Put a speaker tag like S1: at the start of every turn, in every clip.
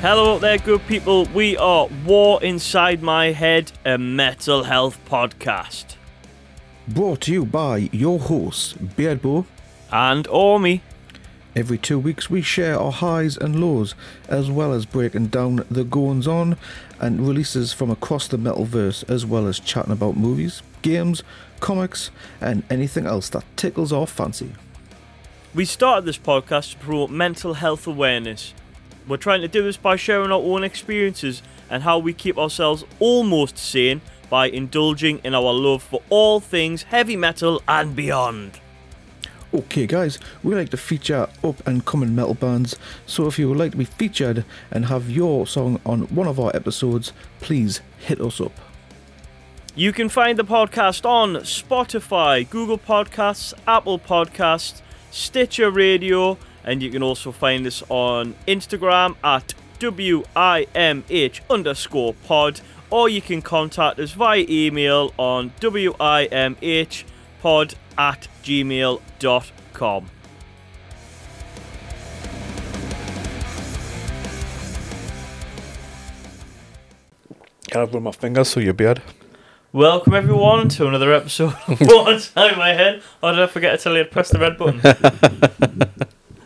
S1: Hello out there, good people. We are War Inside My Head, a mental health podcast.
S2: Brought to you by your host, Beardbo.
S1: And Ormi.
S2: Every two weeks, we share our highs and lows, as well as breaking down the goings on and releases from across the metalverse, as well as chatting about movies, games, comics, and anything else that tickles our fancy.
S1: We started this podcast to promote mental health awareness. We're trying to do this by sharing our own experiences and how we keep ourselves almost sane by indulging in our love for all things heavy metal and beyond.
S2: Okay, guys, we like to feature up and coming metal bands, so if you would like to be featured and have your song on one of our episodes, please hit us up.
S1: You can find the podcast on Spotify, Google Podcasts, Apple Podcasts, Stitcher Radio, and you can also find us on Instagram at WIMH underscore pod, or you can contact us via email on WIMHpod at gmail.com.
S3: Can I run my fingers through your beard?
S1: Welcome everyone to another episode of What Inside My Head. Oh, did I forget to tell you to press the red button?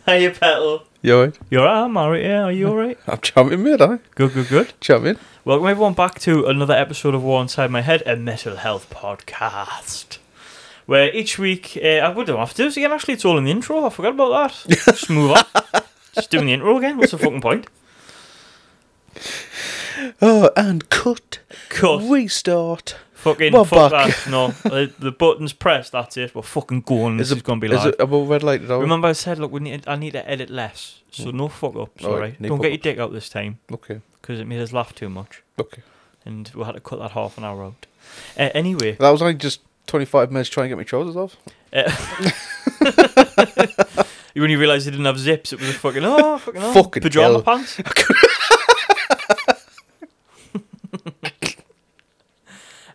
S1: Hiya, Petal.
S3: You alright?
S1: You're right, I'm alright, yeah. Are you alright?
S3: I'm champion, mate, I.
S1: Good, good, good.
S3: Champion.
S1: Welcome everyone back to another episode of War Inside My Head, a mental health podcast. Where each week, uh, I would don't have to do this again, actually, it's all in the intro. I forgot about that. Just move on. Just doing the intro again. What's the fucking point?
S3: Oh, and cut.
S1: Cut.
S3: Restart.
S1: Fucking
S3: We're
S1: fuck
S3: back.
S1: that. No, the, the button's pressed, that's it. We're fucking going. This is, going to be
S3: Is
S1: live.
S3: it oh. above red light at all?
S1: Remember, I said, look, we need, I need to edit less, so
S3: Mm.
S1: no fuck ups,
S3: Alright,
S1: alright?
S3: no
S1: Don't get your
S3: fuck-ups.
S1: dick out this time,
S3: Okay.
S1: because it made us laugh too much,
S3: Okay.
S1: and we had to cut that half an hour out. Uh, anyway,
S3: That was only just 25 minutes trying to get my trousers off.
S1: when you realised they didn't have zips, it was a fucking, oh, fucking, oh,
S3: Fucking
S1: pyjama
S3: hell.
S1: pants.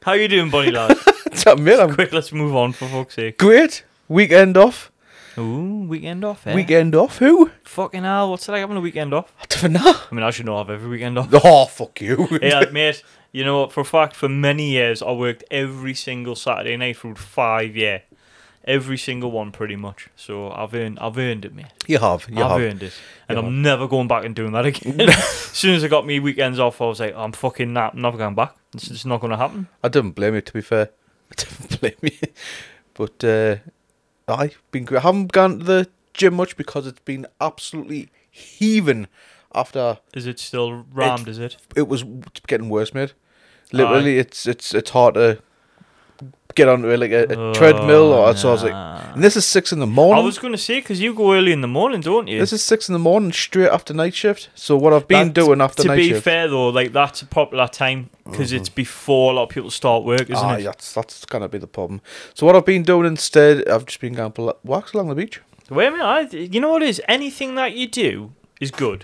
S1: How you doing, Bonnie lad?
S3: Champion, I'm
S1: Quick, let's move on for fuck's sake.
S3: great. Weekend off.
S1: Ooh, weekend off, eh?
S3: Weekend off. Who?
S1: Fucking hell, what's it like having a weekend off?
S3: I don't know.
S1: I mean, I should not have every weekend off.
S3: Oh, fuck you.
S1: yeah, mate. You know what? For a fact, for many years, I worked every single Saturday night for five year, every single one, pretty much. So I've earned, I've earned it, mate.
S3: You have. You
S1: I've
S3: have.
S1: earned it, and I'm never going back and doing that again. as soon as I got me weekends off, I was like, I'm fucking not, I'm never going back. It's just not going to happen.
S3: I didn't blame you, to be fair. I didn't blame you. But, uh, I been great. I haven't gone to the gym much because it's been absolutely heaving after
S1: Is it still rammed? Is it?
S3: it was getting worse, mate. Literally, it's it's it's hard to get onto like a, a treadmill or so. I was like,
S1: nah.
S3: and this is six in the
S1: I
S3: morning.
S1: was going to say because you go early in the morning, don't you?
S3: This is six in the morning, straight after night shift. So what I've been
S1: That-
S3: doing after
S1: to
S3: night
S1: be
S3: shift. Mm-hmm.
S1: fair though, like that's a popular time because it's before a lot of people start work, isn't
S3: ah,
S1: it?
S3: that's that's gonna be the problem. So what I've been doing instead, I've just been going for like walks along the beach.
S1: Wait a minute, I, you know what it is? Anything that you do is good.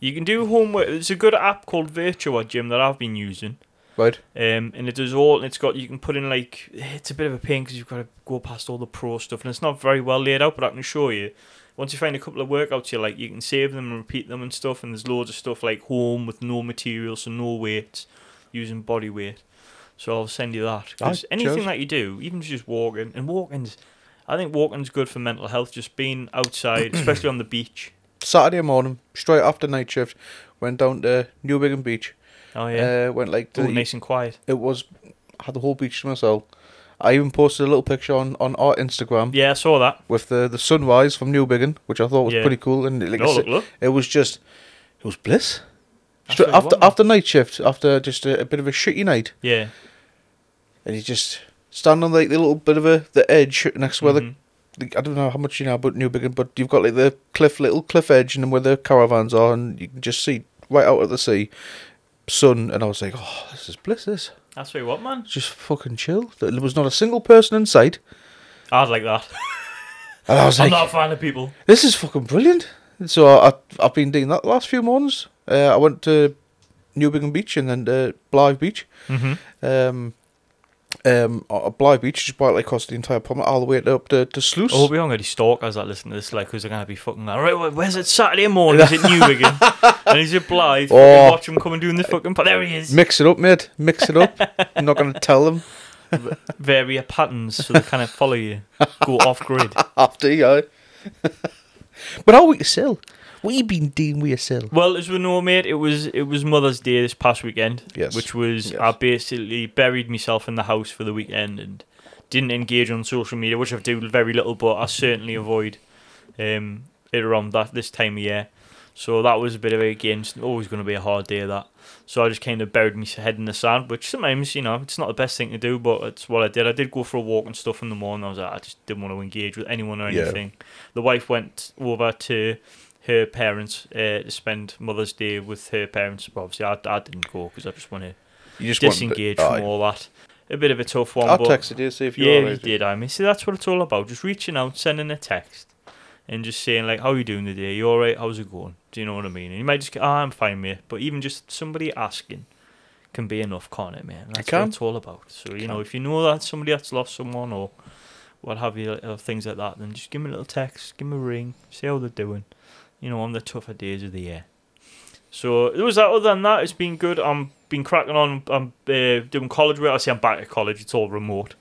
S1: You can do homework. There's a good app called Virtua Gym that I've been using,
S3: Right.
S1: um, and it does all. And it's got you can put in like it's a bit of a pain because you've got to go past all the pro stuff, and it's not very well laid out. But I can show you. Once you find a couple of workouts you like, you can save them and repeat them and stuff. And there's loads of stuff like home with no materials, so no weights, using body weight. So I'll send you that. 'Cause
S3: Aye,
S1: anything
S3: cheers.
S1: that you do, even just walking, and walking's, I think walking's good for mental health. Just being outside, especially on the beach.
S3: Saturday morning, straight after night shift, went down to New Bigham Beach.
S1: Oh yeah,
S3: Uh, went like to
S1: All
S3: the-
S1: nice and quiet.
S3: it was I had the whole beach to myself. I even posted a little picture on on our Instagram.
S1: Yeah, I saw that.
S3: with the, the sunrise from Newbiggin, which I thought was
S1: Yeah.
S3: pretty cool. And like, I
S1: No,
S3: said,
S1: look, look.
S3: it was just, it was bliss.
S1: I
S3: Straight
S1: tell you
S3: after
S1: what, man.
S3: after night shift, after just a, a bit of a shitty night,
S1: Yeah.
S3: and you just stand on like the little bit of a the edge next to where
S1: Mhm.
S3: the, the I don't know how much you know about Newbiggin, but you've got like the cliff little cliff edge and then where the caravans are, and you can just see right out at the sea. Sun and I was like, oh, this is bliss. This
S1: I tell you what, man.
S3: It's just fucking chill. There was not a single person in sight,
S1: I'd like that.
S3: and I was
S1: I'm
S3: like,
S1: not a fan of people.
S3: This is fucking brilliant. So I, I- I've been doing that the last few months. Uh, I went to New Bingham Beach and then to Blythe Beach.
S1: Mm-hmm.
S3: Um, um, at Bly Beach, just right across the entire promenade, all the way up to, to Sluice.
S1: I hope Oh, we don't get any stalkers that listen to this, like, who's going to be fucking like, right, wh- where's it Saturday morning? Is it Newbiggin? and he's at Blythe.
S3: Oh.
S1: Oh. Watch him coming doing the fucking. Po- there he is.
S3: Mix it up, mate. Mix it up. I'm not going to tell them
S1: Various patterns so they kind of follow you. Go off grid.
S3: after you. aye. but how we sell? We been dealing with yourself.
S1: Well, as we know, mate, it was it was Mother's Day this past weekend.
S3: Yes.
S1: Which was
S3: Yes.
S1: I basically buried myself in the house for the weekend and didn't engage on social media, which I do very little, but I certainly avoid um, it around that this time of year. So that was a bit of a game. It's always going to be a hard day that. So I just kind of buried my head in the sand, which sometimes you know it's not the best thing to do, but it's what I did. I did go for a walk and stuff in the morning. I was like, I just didn't want to engage with anyone or
S3: Yeah.
S1: anything. The wife went over to her parents uh, to spend Mother's Day with her parents. But obviously, I, I didn't go because I just want to
S3: You just want to-
S1: disengage
S3: aye.
S1: from all that. A bit of a tough one,
S3: I
S1: but
S3: texted you, see if you're
S1: yeah, you
S3: alright.
S1: did. I mean, see, that's what it's all about. Just reaching out, sending a text, and just saying like, "How you doing today? You all right? How's it going? Do you know what I mean?" And you might just, go, "Oh, I'm fine, mate." But even just somebody asking can be enough, can't it, man? That's
S3: can.
S1: what it's all about. So you know, if you know that somebody that's lost someone or what have you, or things like that, then just give them a little text, give them a ring, see how they're doing. You know, on the tougher days of the year. So it was that. Other than that, it's been good. I'm been cracking on. I'm uh, doing college work. I say I'm back at college. It's all remote.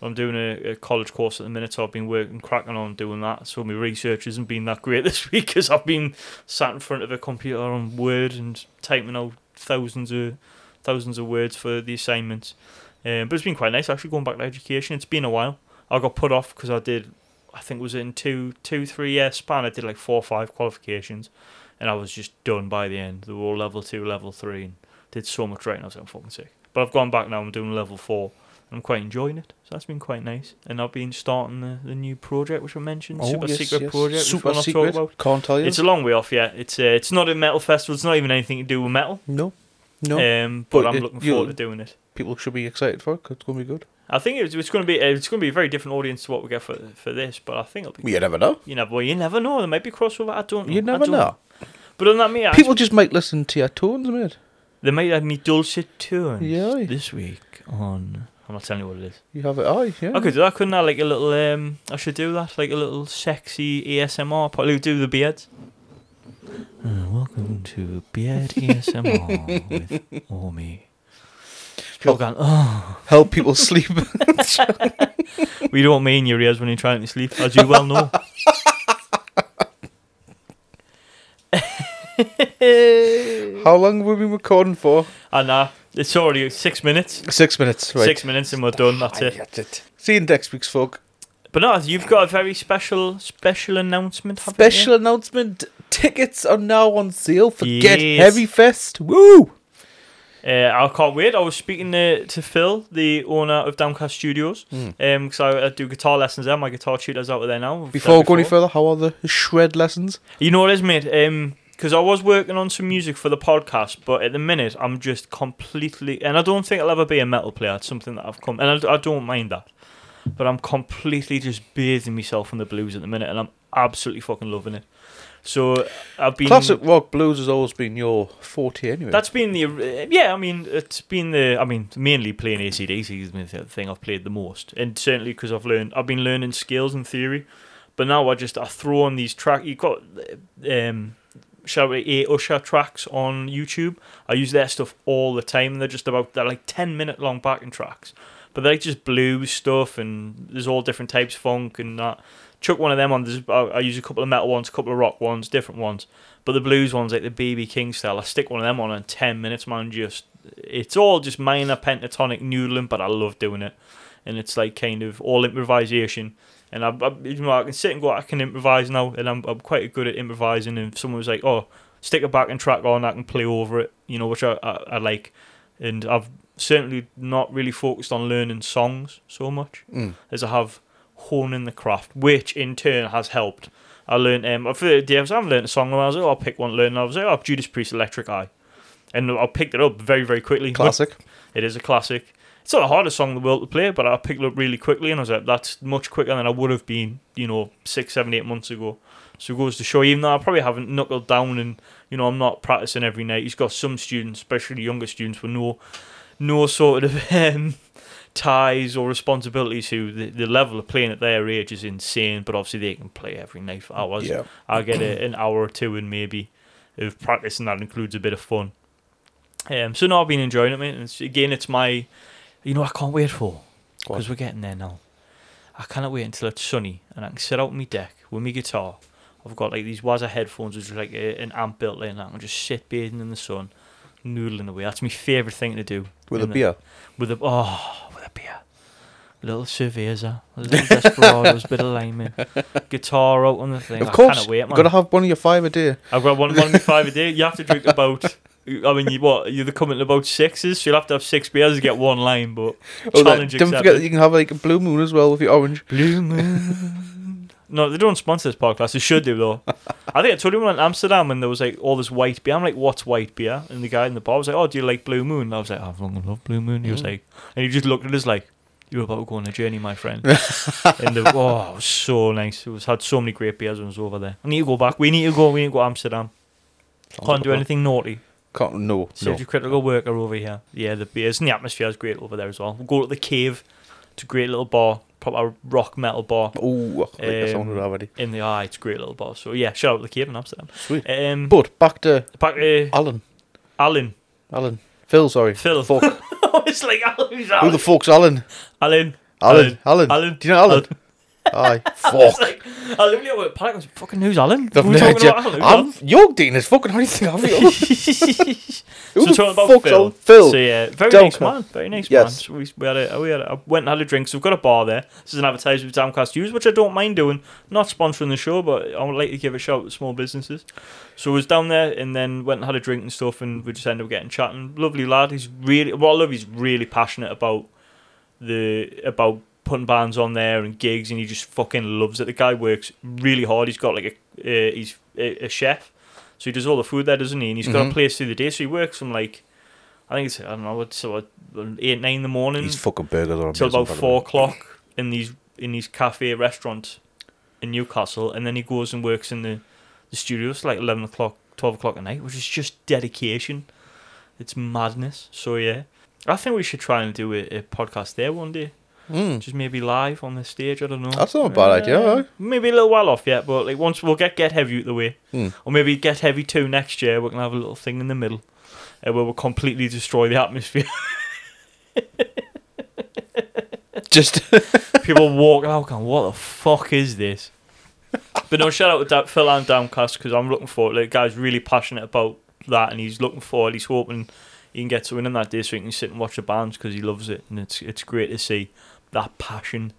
S1: I'm doing a, a college course at the minute, so I've been working, cracking on doing that. So my research hasn't been that great this week because I've been sat in front of a computer on Word and typing out thousands of thousands of words for the assignments. Um, but it's been quite nice actually going back to education. It's been a while. I got put off because I did, I think it was in two, two, three year span. I did like four or five qualifications, and I was just done by the end. They were all level two, level three, and did so much writing. I was like, I'm fucking sick. But I've gone back now. I'm doing level four. I'm quite enjoying it. So that's been quite nice. And I've been starting the, the new project, which I mentioned, Super Secret Project, which
S3: Oh, Super
S1: we'll not
S3: secret.
S1: talk about.
S3: Can't tell you.
S1: It's a long way off, yeah. It's uh, it's not a metal festival. It's not even anything to do with metal.
S3: no, no.
S1: Um, but,
S3: But
S1: I'm
S3: it-
S1: looking
S3: you-
S1: forward to doing it.
S3: People should be excited for it. 'cause It's going to be good.
S1: I think it's, it's going to be uh, it's going to be a very different audience to what we get for for this. But I think it'll be.
S3: You never know.
S1: You never, well, you never know. There might be crossover. I don't. know.
S3: You
S1: Oh, I
S3: never
S1: don't-
S3: know.
S1: But on that, me, I-
S3: People just might listen to your tones, mate.
S1: they might have me dulcet tunes
S3: Yeah, aye.
S1: this week on. I'm not telling you what it is.
S3: You have it. Aye, yeah.
S1: I could do that, couldn't I? Like a little. Um, I should do that. Like a little sexy ASMR. Probably do the beards. Uh, welcome to Beard ASMR with Ormi. People going, oh.
S3: Help people sleep.
S1: We don't mean your ears when you're trying to sleep, as you well know.
S3: How long have we been recording for?
S1: and uh, it's already six minutes.
S3: Six minutes. Right.
S1: Six minutes and we're done. That's it.
S3: it. See you next week's folk.
S1: But no, you've got a very special, special announcement. haven't you?
S3: Special announcement: tickets are now on sale for Get
S1: Yes.
S3: Heavy Fest. Woo!
S1: Uh, I can't wait. I was speaking to, to Phil, the owner of Downcast Studios,
S3: Hmm.
S1: because I, I do guitar lessons there. My guitar tutor's out there now. We've said
S3: Before we go any further, how are the shred lessons?
S1: You know what it is, mate? Because I was working on some music for the podcast, but at the minute I'm just completely, and I don't think I'll ever be a metal player. It's something that I've come, and I, I don't mind that. But I'm completely just bathing myself in the blues at the minute, and I'm absolutely fucking loving it. So I've been
S3: Classic rock blues has always been your forte, anyway.
S1: that's been the uh, yeah. I mean, it's been the I mean mainly playing ACDC has been the thing I've played the most, and certainly because I've learned I've been learning skills and theory, but now I just I throw on these track. You got um, shall we eight Usher tracks on YouTube. I use their stuff all the time. They're just about they're like ten minute long backing tracks, but they're just blues stuff and there's all different types funk and that. Chuck one of them on. There's, I, I use a couple of metal ones, a couple of rock ones, different ones. But the blues ones, like the BB King style, I stick one of them on in 10 minutes, man. Just It's all just minor pentatonic noodling, but I love doing it. And it's like kind of all improvisation. And I, I, you know, I can sit and go, I can improvise now. And I'm, I'm quite good at improvising. And if someone was like, oh, stick a backing track on, I can play over it, you know, which I, I, I like. And I've certainly not really focused on learning songs so much
S3: Mm.
S1: as I have honing the craft, which in turn has helped. I learned um for the day I was I've learned a song and I was like, oh, I'll pick one learn and I was like, oh Judas Priest Electric Eye. And I picked it up very, very quickly.
S3: classic.
S1: It is a classic. It's not the hardest song in the world to play, but I picked it up really quickly and I was like, that's much quicker than I would have been, you know, six, seven, eight months ago. So it goes to show, even though I probably haven't knuckled down and, you know, I'm not practicing every night. He's got some students, especially younger students, with no, no sort of um, ties or responsibilities who the, the level of playing at their age is insane, but obviously they can play every night for hours.
S3: Yeah.
S1: I get it an hour or two in maybe of practice, and that includes a bit of fun. Um, so no, I've been enjoying it, mate. And it's, again, it's my, you know, I can't wait for
S3: What?
S1: because we're getting there now. I cannot wait until it's sunny and I can sit out on my deck with my guitar. I've got like these Waza headphones, which is like a, an amp built in, and I can just sit bathing in the sun, noodling away. That's my favourite thing to do.
S3: With a
S1: isn't it?
S3: beer.
S1: with a oh with a beer, little cerveza, little desperados, bit of lime, in, guitar out on the thing.
S3: Of
S1: I
S3: course.
S1: can't wait,
S3: You've
S1: man.
S3: got to have one of your five a day.
S1: I've got one one five a day. You have to drink about. I mean, you what? You're coming to about sixes, so you'll have to have six beers to get one line. But
S3: Oh, that-
S1: challenge
S3: don't forget that
S1: accepted.
S3: you can have like a blue moon as well with your orange.
S1: Blue Moon. No, they don't sponsor this podcast. They should do though. I think I told you when in Amsterdam and there was like all this white beer. I'm like, what's white beer? And the guy in the bar was like, oh, do you like Blue Moon? And I was like, "Oh, I've long loved Blue Moon. He was
S3: Mm.
S1: like, and he just looked at us like, you're about to go on a journey, my friend. and the, oh, it was so nice. It was had so many great beers when I was over there. I need to go back. We need to go. We need to go to Amsterdam. Can't do anything naughty.
S3: Can't, no, no.
S1: Safety critical worker over here. Yeah, the beers and the atmosphere is great over there as well. We'll go to the cave. It's a great little bar, proper rock metal bar
S3: Oh, I think that's
S1: Um,
S3: someone already.
S1: in the eye. It's a great little bar. So yeah, shout out to the Cave in Amsterdam.
S3: Sweet.
S1: Um,
S3: But back to
S1: back to uh,
S3: Alan.
S1: Alan.
S3: Alan. Phil, sorry.
S1: Phil.
S3: Fuck.
S1: it's like Alan. Who's
S3: Who
S1: Alan?
S3: the fuck's Alan?
S1: Alan.
S3: Alan.
S1: Alan.
S3: Alan.
S1: Alan.
S3: Do you know Alan? Aye.
S1: It's
S3: Fuck.
S1: like, I literally went with panic. I was like, fucking who's Alan?
S3: I've
S1: We're
S3: no
S1: talking
S3: idea.
S1: about Alan. Who's
S3: I'm York Dean is fucking anything I've
S1: Alan?
S3: Who
S1: so
S3: the
S1: talking about
S3: fuck's
S1: Phil.
S3: Alan? Phil.
S1: So yeah, very
S3: Don't
S1: nice
S3: come.
S1: man. Very nice
S3: Yes.
S1: man. So we, we had a, we had a, I went and had a drink. So we've got a bar there. This is an advertisement for Damcast News, which I don't mind doing. Not sponsoring the show, but I would like to give a shout out to small businesses. So I was down there and then went and had a drink and stuff, and we just ended up getting chatting. Lovely lad. He's really well. I love. He's really passionate about the about putting bands on there and gigs, and he just fucking loves it. The guy works really hard. He's got like a uh, he's a, a chef, so he does all the food there, doesn't he? And he's got a
S3: Mhm.
S1: place through the day, so he works from like I think it's I don't know what so what, eight nine in the morning
S3: These fucking burgers are
S1: till
S3: amazing.
S1: about
S3: by the
S1: four
S3: way.
S1: o'clock in these in these cafe restaurant in Newcastle, and then he goes and works in the the studios till, like eleven o'clock, twelve o'clock at night, which is just dedication. It's madness. So yeah, I think we should try and do a, a podcast there one day,
S3: Mm.
S1: just maybe live on the stage. I don't know. Uh,
S3: That's not a bad idea, aye.
S1: Maybe a little while off yet, but like once we'll get get heavy out the way,
S3: Mm.
S1: or maybe get heavy two next year. We can have a little thing in the middle, uh, where we'll completely destroy the atmosphere.
S3: Just
S1: people walking out going, what the fuck is this? But no, shout out to Da- Phil and Downcast because I'm looking forward. Like, guy's really passionate about that, and he's looking forward. He's hoping he can get something in that day so he can sit and watch the bands because he loves it, and it's it's great to see that passion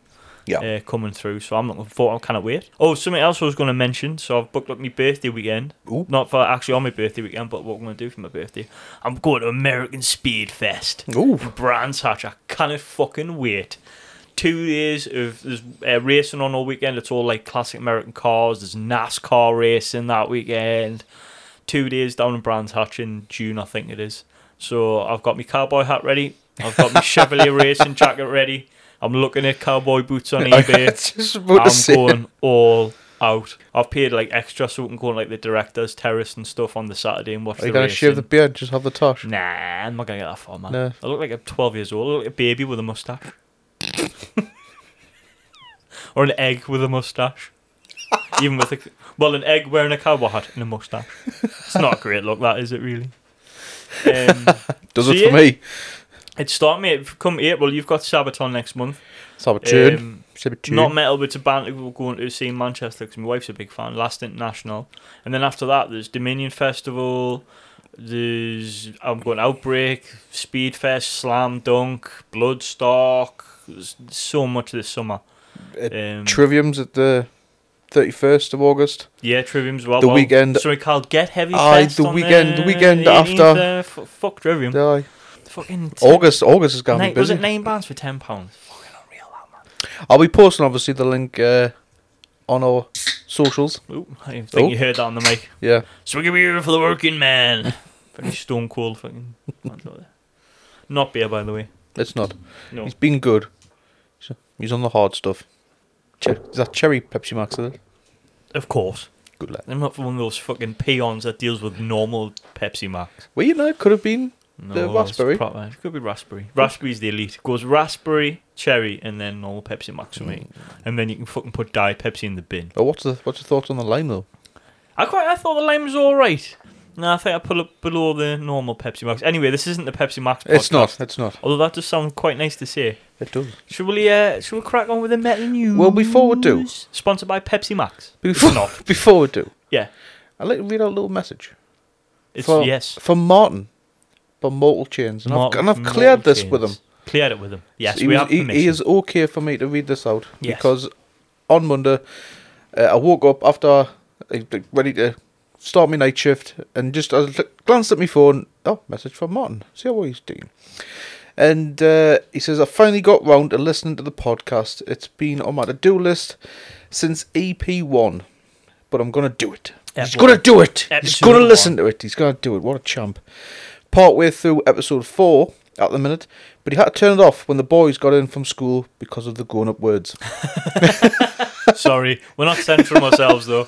S3: Yeah.
S1: uh, coming through. So I'm looking forward. I cannot wait. Oh, something else I was going to mention. So I've booked up my birthday weekend.
S3: Ooh.
S1: Not for actually on my birthday weekend, but what I'm going to do for my birthday, I'm going to American Speed Fest.
S3: Ooh.
S1: Brands Hatch. I cannot fucking wait. Two days of there's uh, racing on all weekend. It's all like classic American cars. There's NASCAR racing that weekend. Two days down in Brands Hatch in June, I think it is. So I've got my cowboy hat ready. I've got my Chevrolet racing jacket ready. I'm looking at cowboy boots on
S3: I
S1: eBay.
S3: was just about to
S1: I'm
S3: say.
S1: going all out. I've paid like extra so we can go on like the directors terrace and stuff on the Saturday and watch
S3: Are Oh, you
S1: the
S3: gonna
S1: racing.
S3: shave the beard? Just have the tosh.
S1: Nah, I'm not gonna get that far, man.
S3: No.
S1: I look like I'm 12 years old. I look like a baby with a mustache, or an egg with a mustache. Even with a well, an egg wearing a cowboy hat and a mustache. It's not a great look, that is it really. Um,
S3: Does
S1: So
S3: it for
S1: yeah.
S3: me?
S1: it's starting mate. Come April, you've got Sabaton next month.
S3: Let's have a tune.
S1: Um,
S3: Let's have a tune.
S1: not metal, but it's a band that we're going to see in Manchester because my wife's a big fan. Last International, and then after that, there's Dominion Festival. There's I'm going Outbreak, Speed Fest, Slam Dunk, Bloodstock. There's so much this summer. Um,
S3: Trivium's at the 31st of August.
S1: yeah, Trivium as well.
S3: the
S1: well,
S3: weekend-
S1: Sorry, Carl. Get heavy.
S3: Aye,
S1: Fest
S3: the
S1: on
S3: weekend- the weekend
S1: 18th,
S3: after.
S1: uh, f- fuck Trivium.
S3: Aye.
S1: Fucking. t-
S3: August August is going to
S1: nine-
S3: be
S1: was
S3: busy.
S1: it nine bands for ten pounds? Fucking unreal, that man.
S3: I'll be posting, obviously, the link uh, on our socials.
S1: Ooh, I didn't think
S3: Oh.
S1: you heard that on the mic.
S3: Yeah.
S1: Swiggy beer for the working man. Very stone cold fucking. man's out there. Not beer, by the way.
S3: It's not.
S1: No.
S3: He's been good. So, He's on the hard stuff. Che- is that cherry Pepsi Max? Is it?
S1: Of course.
S3: Good lad.
S1: I'm not one of those fucking peons that deals with normal Pepsi Max.
S3: Well, you know, it could have been
S1: No,
S3: The
S1: it's
S3: raspberry?
S1: proper- It could be raspberry. Raspberry's the elite. It goes raspberry, cherry, and then normal Pepsi
S3: Mm.
S1: Maximate. And then you can fucking put Diet Pepsi in the bin.
S3: Oh, what's the what's your thoughts on the lime though?
S1: I quite I thought the lime was all right. No, I think I put up below the normal Pepsi Max. Anyway, this isn't the Pepsi Max. Podcast,
S3: It's not. It's not.
S1: Although that does sound quite nice to say.
S3: It does.
S1: Should we uh, should we crack on with the metal news?
S3: Well, before we do-
S1: sponsored by Pepsi Max.
S3: Before
S1: not.
S3: before we do,
S1: Yeah,
S3: I'd like to read out a little message.
S1: it's
S3: for,
S1: yes.
S3: From Martin, from Mortal Chains, and,
S1: Malt-
S3: I've, and I've
S1: malt
S3: cleared this with him.
S1: chains. Cleared it with him. Yes,
S3: he,
S1: we
S3: was-
S1: have
S3: he-
S1: permission.
S3: he is okay for me to read this out
S1: Yes.
S3: because on Monday uh, I woke up after I I- ready to start my night shift and just I look- glanced at my phone. Oh, message from Martin. See how he's doing. And uh, he says, I finally got round to listening to the podcast. It's been on my to do list since EP1, but I'm going to do it. He's
S1: Episode-
S3: going to do it. He's
S1: episode
S3: going to
S1: one.
S3: listen to it. He's going to do it. What a champ. Partway through episode 4 at the minute, but he had to turn it off when the boys got in from school because of the grown up words.
S1: Sorry, we're not censoring ourselves though.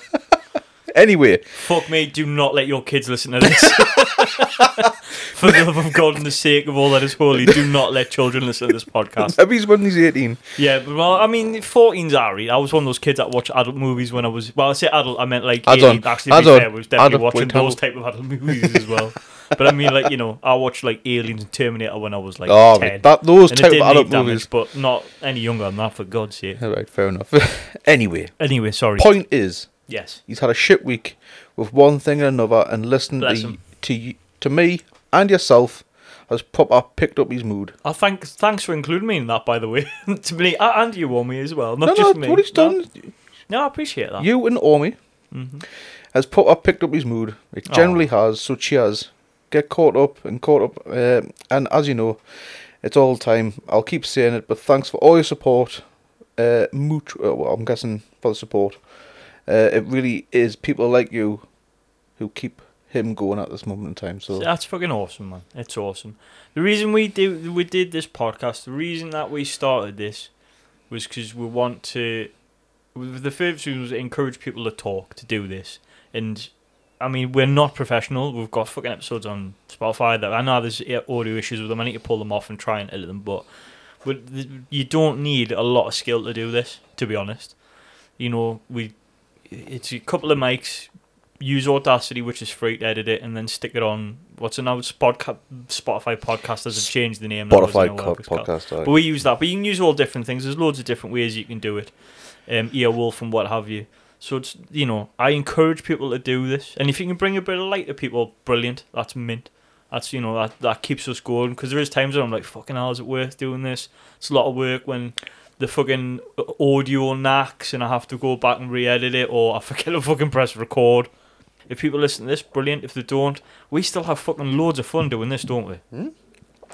S3: anyway,
S1: Fuck me, do not let your kids listen to this. For the love of God and the sake of all that is holy, do not let children listen to this podcast.
S3: that means when he's 18.
S1: Yeah, but, well, I mean, 14's Ari. I was one of those kids that watched adult movies when I was. Well, I say adult, I meant like.
S3: Adult.
S1: 18. Actually, to be
S3: Adult.
S1: fair, we was definitely
S3: Adult.
S1: watching
S3: Wait,
S1: those
S3: adult.
S1: type of adult movies as well. But I mean, like, you know, I watched like Aliens and Terminator when I was like.
S3: Oh,
S1: 10.
S3: that, those
S1: and it
S3: type of
S1: did
S3: adult
S1: make damage,
S3: movies.
S1: But not any younger than that, for God's sake.
S3: All right, fair enough. anyway,
S1: Anyway, sorry.
S3: point is,
S1: Yes.
S3: he's had a shit week with one thing and another, and listening
S1: Bless
S3: to,
S1: him.
S3: to, y- to me and yourself has proper picked up his mood.
S1: Oh, thanks, thanks for including me in that, by the way. to me, uh, and you, Omi, as well. Not
S3: No,
S1: just
S3: no,
S1: me.
S3: what he's
S1: No.
S3: done,
S1: No, I appreciate that. Mm-hmm.
S3: you and Omi has put up picked up his mood.
S1: Oh.
S3: It generally has, so cheers. Get caught up and caught up, uh, and as you know, it's all the time. I'll keep saying it, but thanks for all your support. Uh, much, uh, well, I'm guessing for the support. Uh, it really is people like you who keep him going at this moment in time. So
S1: That's fucking awesome, man. It's awesome. The reason we do we did this podcast, the reason that we started this, was because we want to. The first reason was to encourage people to talk to do this, and I mean we're not professional. We've got fucking episodes on Spotify that I know there's audio issues with them. I need to pull them off and try and edit them, but but th- you don't need a lot of skill to do this. To be honest, you know we it's a couple of mics, use Audacity, which is free to edit it, and then stick it on what's it now? It's podca- Spotify podcast has changed the name. now, isn't it,
S3: Spotify
S1: or
S3: co-
S1: whatever it's called.
S3: podcast.
S1: But
S3: Right.
S1: we use that. But you can use all different things. There's loads of different ways you can do it. Um, Earwolf and what have you. So it's you know, I encourage people to do this. And if you can bring a bit of light to people, brilliant. That's mint. That's you know that that keeps us going because there is times when I'm like, fucking hell, is it worth doing this? It's a lot of work when the fucking audio knacks and I have to go back and re-edit it or I forget to fucking press record. If people listen to this, brilliant. If they don't, we still have fucking loads of fun doing this, don't we?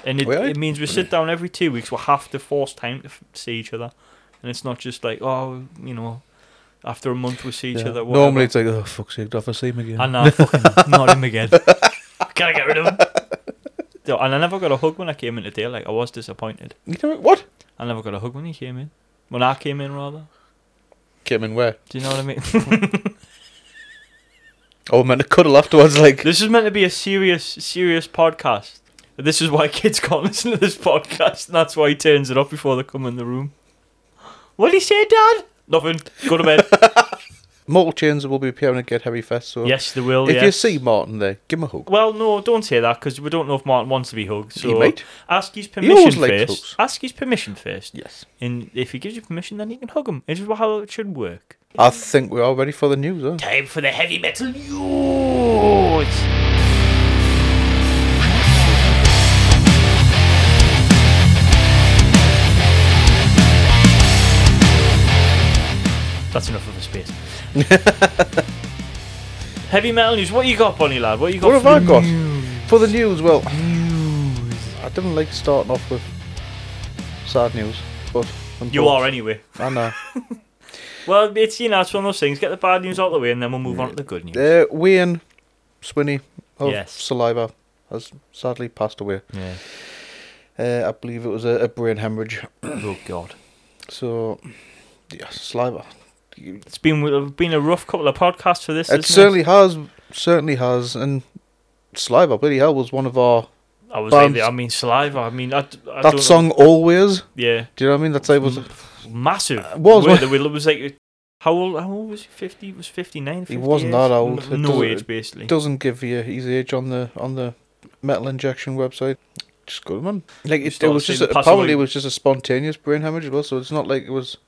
S1: And it,
S3: Hmm? We are.
S1: it means we sit down every two weeks. We have to force time to f- see each other, and it's not just like oh, you know, after a month we see each
S3: Yeah.
S1: other. whatever.
S3: Normally it's like, oh fuck's sake, do I have to see him again?
S1: And now fucking not him again. Can I get rid of him? Yo, And I never got a hug when I came in today. Like I was disappointed.
S3: You know what?
S1: I never got a hug when he came in. When I came in, rather.
S3: Came in where?
S1: Do you know what I mean?
S3: Oh, I meant to cuddle afterwards. Like,
S1: this is meant to be a serious, serious podcast. This is why kids can't listen to this podcast, and that's why he turns it off before they come in the room. What do you say, Dad? Nothing. Go to bed.
S3: Mortal Chains will be appearing at Get Heavy Fest. So
S1: yes, they will.
S3: if you
S1: oh, yes.
S3: see Martin there, give him a hug.
S1: Well, no, don't say that because we don't know if Martin wants to be hugged. So
S3: he might.
S1: ask his
S3: He always
S1: permission first.
S3: likes hugs.
S1: Ask his permission first,
S3: Yes.
S1: and if he gives you permission, then you can hug him. It's how it should work.
S3: I think we are ready for the news, huh?
S1: Time for the heavy metal news. That's enough of a space. heavy metal news. What you got, Bonnie lad? What you got?
S3: What have
S1: for
S3: I
S1: the
S3: got?
S1: news?
S3: For the news, well, I didn't like starting off with sad news, but
S1: You are anyway.
S3: I know.
S1: Well, it's you know, it's one of those things. Get the bad news out of the way, and then we'll move on to the good news.
S3: Uh, Wayne Swinney of
S1: Yes.
S3: Saliva has sadly passed away.
S1: Yeah.
S3: Uh, I believe it was a, a brain hemorrhage.
S1: Oh God.
S3: So, yeah, Saliva. You-
S1: It's been it's been a rough couple of podcasts for this.
S3: It
S1: isn't
S3: certainly has, certainly has, and Saliva, bloody hell, was one of our
S1: I was
S3: But
S1: like,
S3: I'm
S1: that- I mean, saliva. I mean, I, d- I don't know.
S3: that song always.
S1: yeah,
S3: Do you know what I mean? That's like was
S1: massive.
S3: It was,
S1: Where the Will was like, how old? How old was he? Fifty? He Was fifty nine?
S3: He wasn't that old. It
S1: No
S3: doesn't-
S1: age, basically.
S3: doesn't give you his age on the on the metal injection website. Just go to man. Like
S1: You
S3: it, it
S1: start
S3: was
S1: seeing
S3: just
S1: the pass
S3: apparently
S1: away.
S3: it was just a spontaneous brain hemorrhage as well. So it's not like it was.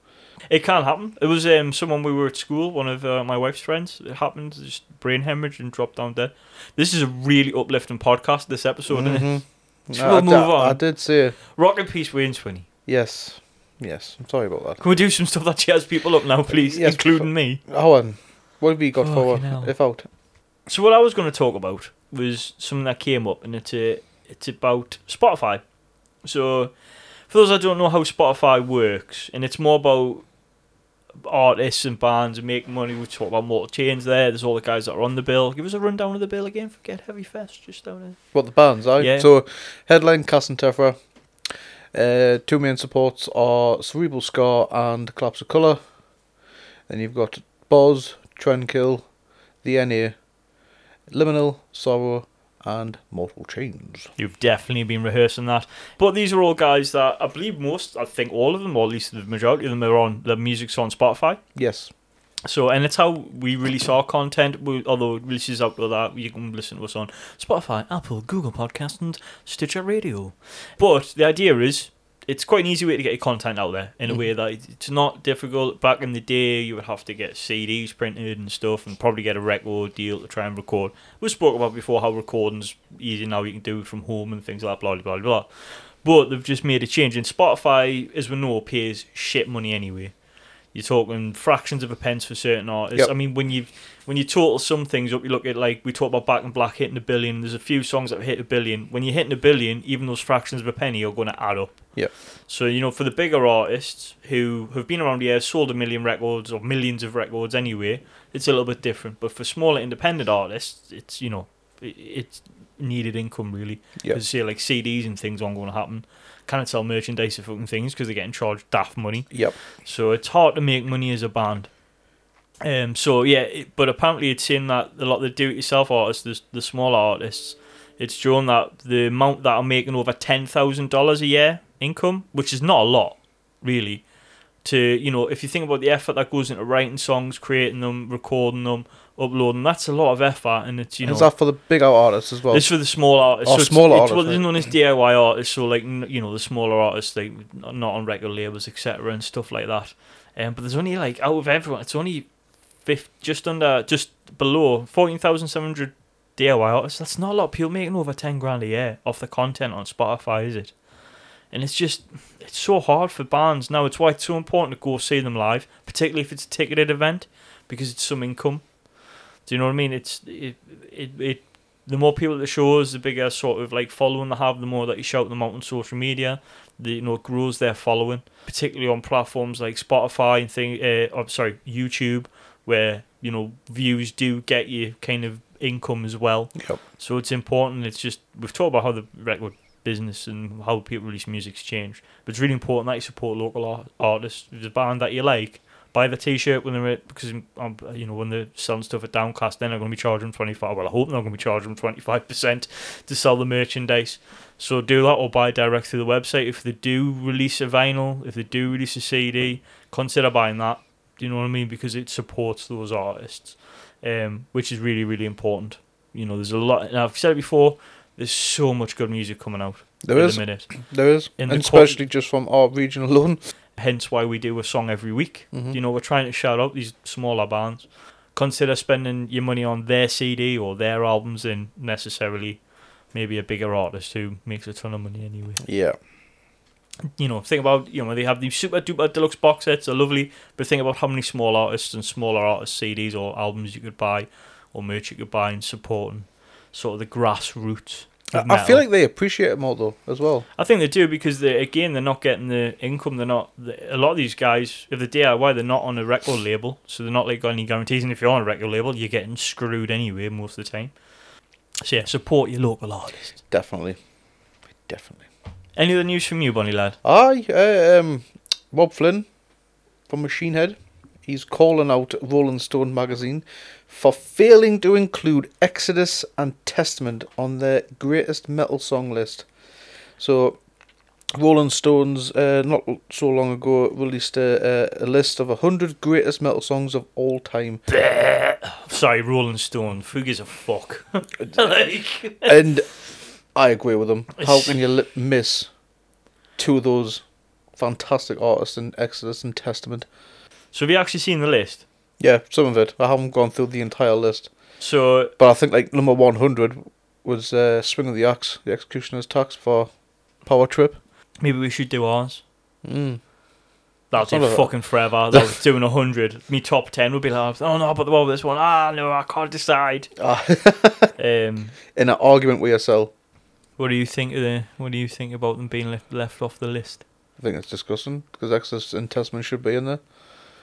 S1: It can happen. It was um someone we were at school, one of uh, my wife's friends. It happened, just brain hemorrhage and dropped down dead. This is a really uplifting podcast. This episode, isn't it?
S3: Mhm.
S1: So
S3: Nah,
S1: we'll
S3: I di-
S1: move on.
S3: I did say it.
S1: Rock and Peace Wayne Sweeney.
S3: Yes, yes. I'm sorry about
S1: Can we do some stuff that cheers people up now, please,
S3: Yes,
S1: including me?
S3: that. Owen, what have you got
S1: Fucking
S3: for
S1: hell.
S3: us? If out,
S1: So what I was going to talk about was something that came up, and it's uh it's about Spotify. So for those that don't know how Spotify works, and it's more about artists and bands and making money. We talk about Mortal Chains there. There's all the guys that are on the bill. Give us a rundown of the bill again for Get Heavy Fest, just down there.
S3: what the bands are?
S1: Yeah.
S3: So headline Cass and Tefra. Uh, two main supports are Cerebral Scar and Collapse of Colour. Then you've got Boz, Trendkill, The NA, Liminal, Sorrow, and Mortal Chains.
S1: You've definitely been rehearsing that. But these are all guys that I believe most, I think all of them, or at least the majority of them, are on the music's on Spotify.
S3: Yes.
S1: So, and it's how we release our content. We, although it releases out with that, you can listen to us on Spotify, Apple, Google Podcast, and Stitcher Radio. But the idea is, it's quite an easy way to get your content out there in a way that it- it's not difficult. Back in the day, you would have to get CDs printed and stuff, and probably get a record deal to try and record. We spoke about before how recording's easy now; you can do it from home and things like that, blah blah blah. blah. But they've just made a change, and Spotify, as we know, pays shit money anyway. You're talking fractions of a pence for certain artists.
S3: Yep.
S1: I mean, when you when you total some things up, you look at like we talked about Back in Black hitting a billion. There's a few songs that hit a billion. When you're hitting a billion, even those fractions of a penny are going to add up.
S3: Yep.
S1: So you know, for the bigger artists who have been around the years, sold a million records or millions of records anyway, it's a little bit different. But for smaller independent artists, it's you know, it, it's needed income really.
S3: Yep.
S1: Because say like CDs and things aren't going to happen. Can't sell merchandise or fucking things because they're getting charged daft money.
S3: Yep.
S1: So it's hard to make money as a band. Um. So yeah, it, but apparently it's in that a lot of the do-it-yourself artists, the the smaller artists, it's shown that the amount that are making over ten thousand dollars a year income, which is not a lot, really. To you know, if you think about the effort that goes into writing songs, creating them, recording them, uploading, that's a lot of effort, and it's you know,
S3: Is that for the big out artists as well?
S1: it's for the small artists.
S3: Oh,
S1: so it's-
S3: smaller
S1: it's,
S3: artists,
S1: Well,
S3: right.
S1: there's known as DIY artists, so like n- you know the smaller artists, like n- not on regular labels, etc., and stuff like that. Um, but there's only like out of everyone, it's only fifth, just under, just below fourteen thousand seven hundred DIY artists. That's not a lot of people making over ten grand a year off the content on Spotify, is it? And it's just it's so hard for bands now. It's why it's so important to go see them live, particularly if it's a ticketed event, because it's some income. Do you know what I mean? It's it it, it the more people at the shows, the bigger sort of like following they have, the more that you shout them out on social media, the you know it grows their following, particularly on platforms like Spotify and thing. Uh, I'm sorry, YouTube, where you know views do get you kind of income as well.
S3: Yep.
S1: So it's important. It's just we've talked about how the record business and how people release music's changed, but it's really important that you support local art- artists. If there's a band that you like, buy the T-shirt when they're at, because um, you know when they're selling stuff at Downcast, then they're going to be charging twenty five. Well, I hope they're going to be charging twenty five percent to sell the merchandise. So do that or buy direct through the website. If they do release a vinyl, if they do release a CD, consider buying that. Do you know what I mean? Because it supports those artists, um, which is really really important. You know, there's a lot, and I've said it before. There's so much good music coming out
S3: there
S1: at
S3: is.
S1: the minute.
S3: There is.
S1: in
S3: And
S1: the qual-
S3: especially just from our region alone.
S1: Hence why we do a song every week.
S3: Mhm.
S1: You know, we're trying to shout out these smaller bands. Consider spending your money on their CD or their albums than necessarily maybe a bigger artist who makes a ton of money anyway.
S3: Yeah.
S1: You know, think about, you know, they have these super duper deluxe box sets, are lovely, but think about how many small artists and smaller artist CDs or albums you could buy or merch you could buy and supporting sort of the grassroots.
S3: I,
S1: of
S3: I
S1: metal.
S3: feel like they appreciate it more though as well.
S1: I think they do because they again they're not getting the income. They're not a lot of these guys. If they're DIY, they're not on a record label, so they're not like got any guarantees. And if you're on a record label, you're getting screwed anyway most of the time. So yeah, support your local artist.
S3: Definitely. Definitely.
S1: Any other news from you, Bonnie lad?
S3: Aye, uh, um, Rob Flynn from Machine Head. he's calling out Rolling Stone magazine for failing to include Exodus and Testament on their greatest metal song list. So, Rolling Stones, uh, not so long ago, released a, a, a list of 100 greatest metal songs of all time.
S1: Sorry, Rolling Stone. Who gives a fuck? Like-
S3: and I agree with them. How can you li- miss two of those fantastic artists in Exodus and Testament?
S1: so have you actually seen the list?
S3: Yeah, some of it. I haven't gone through the entire list,
S1: So
S3: but I think like number 100 was uh, Swing of the Axe, the Executioner's Tax for Power Trip.
S1: maybe we should do ours.
S3: Mm.
S1: That'll
S3: Some of
S1: take
S3: it.
S1: fucking forever. That was doing a hundred. Me top ten would be like, oh no, but the one with this one. Ah no, I can't decide.
S3: Ah,
S1: Um,
S3: in an argument with yourself.
S1: what do you think of the? What do you think about them being left left off the list?
S3: I think it's disgusting because Exodus and Testament should be in there.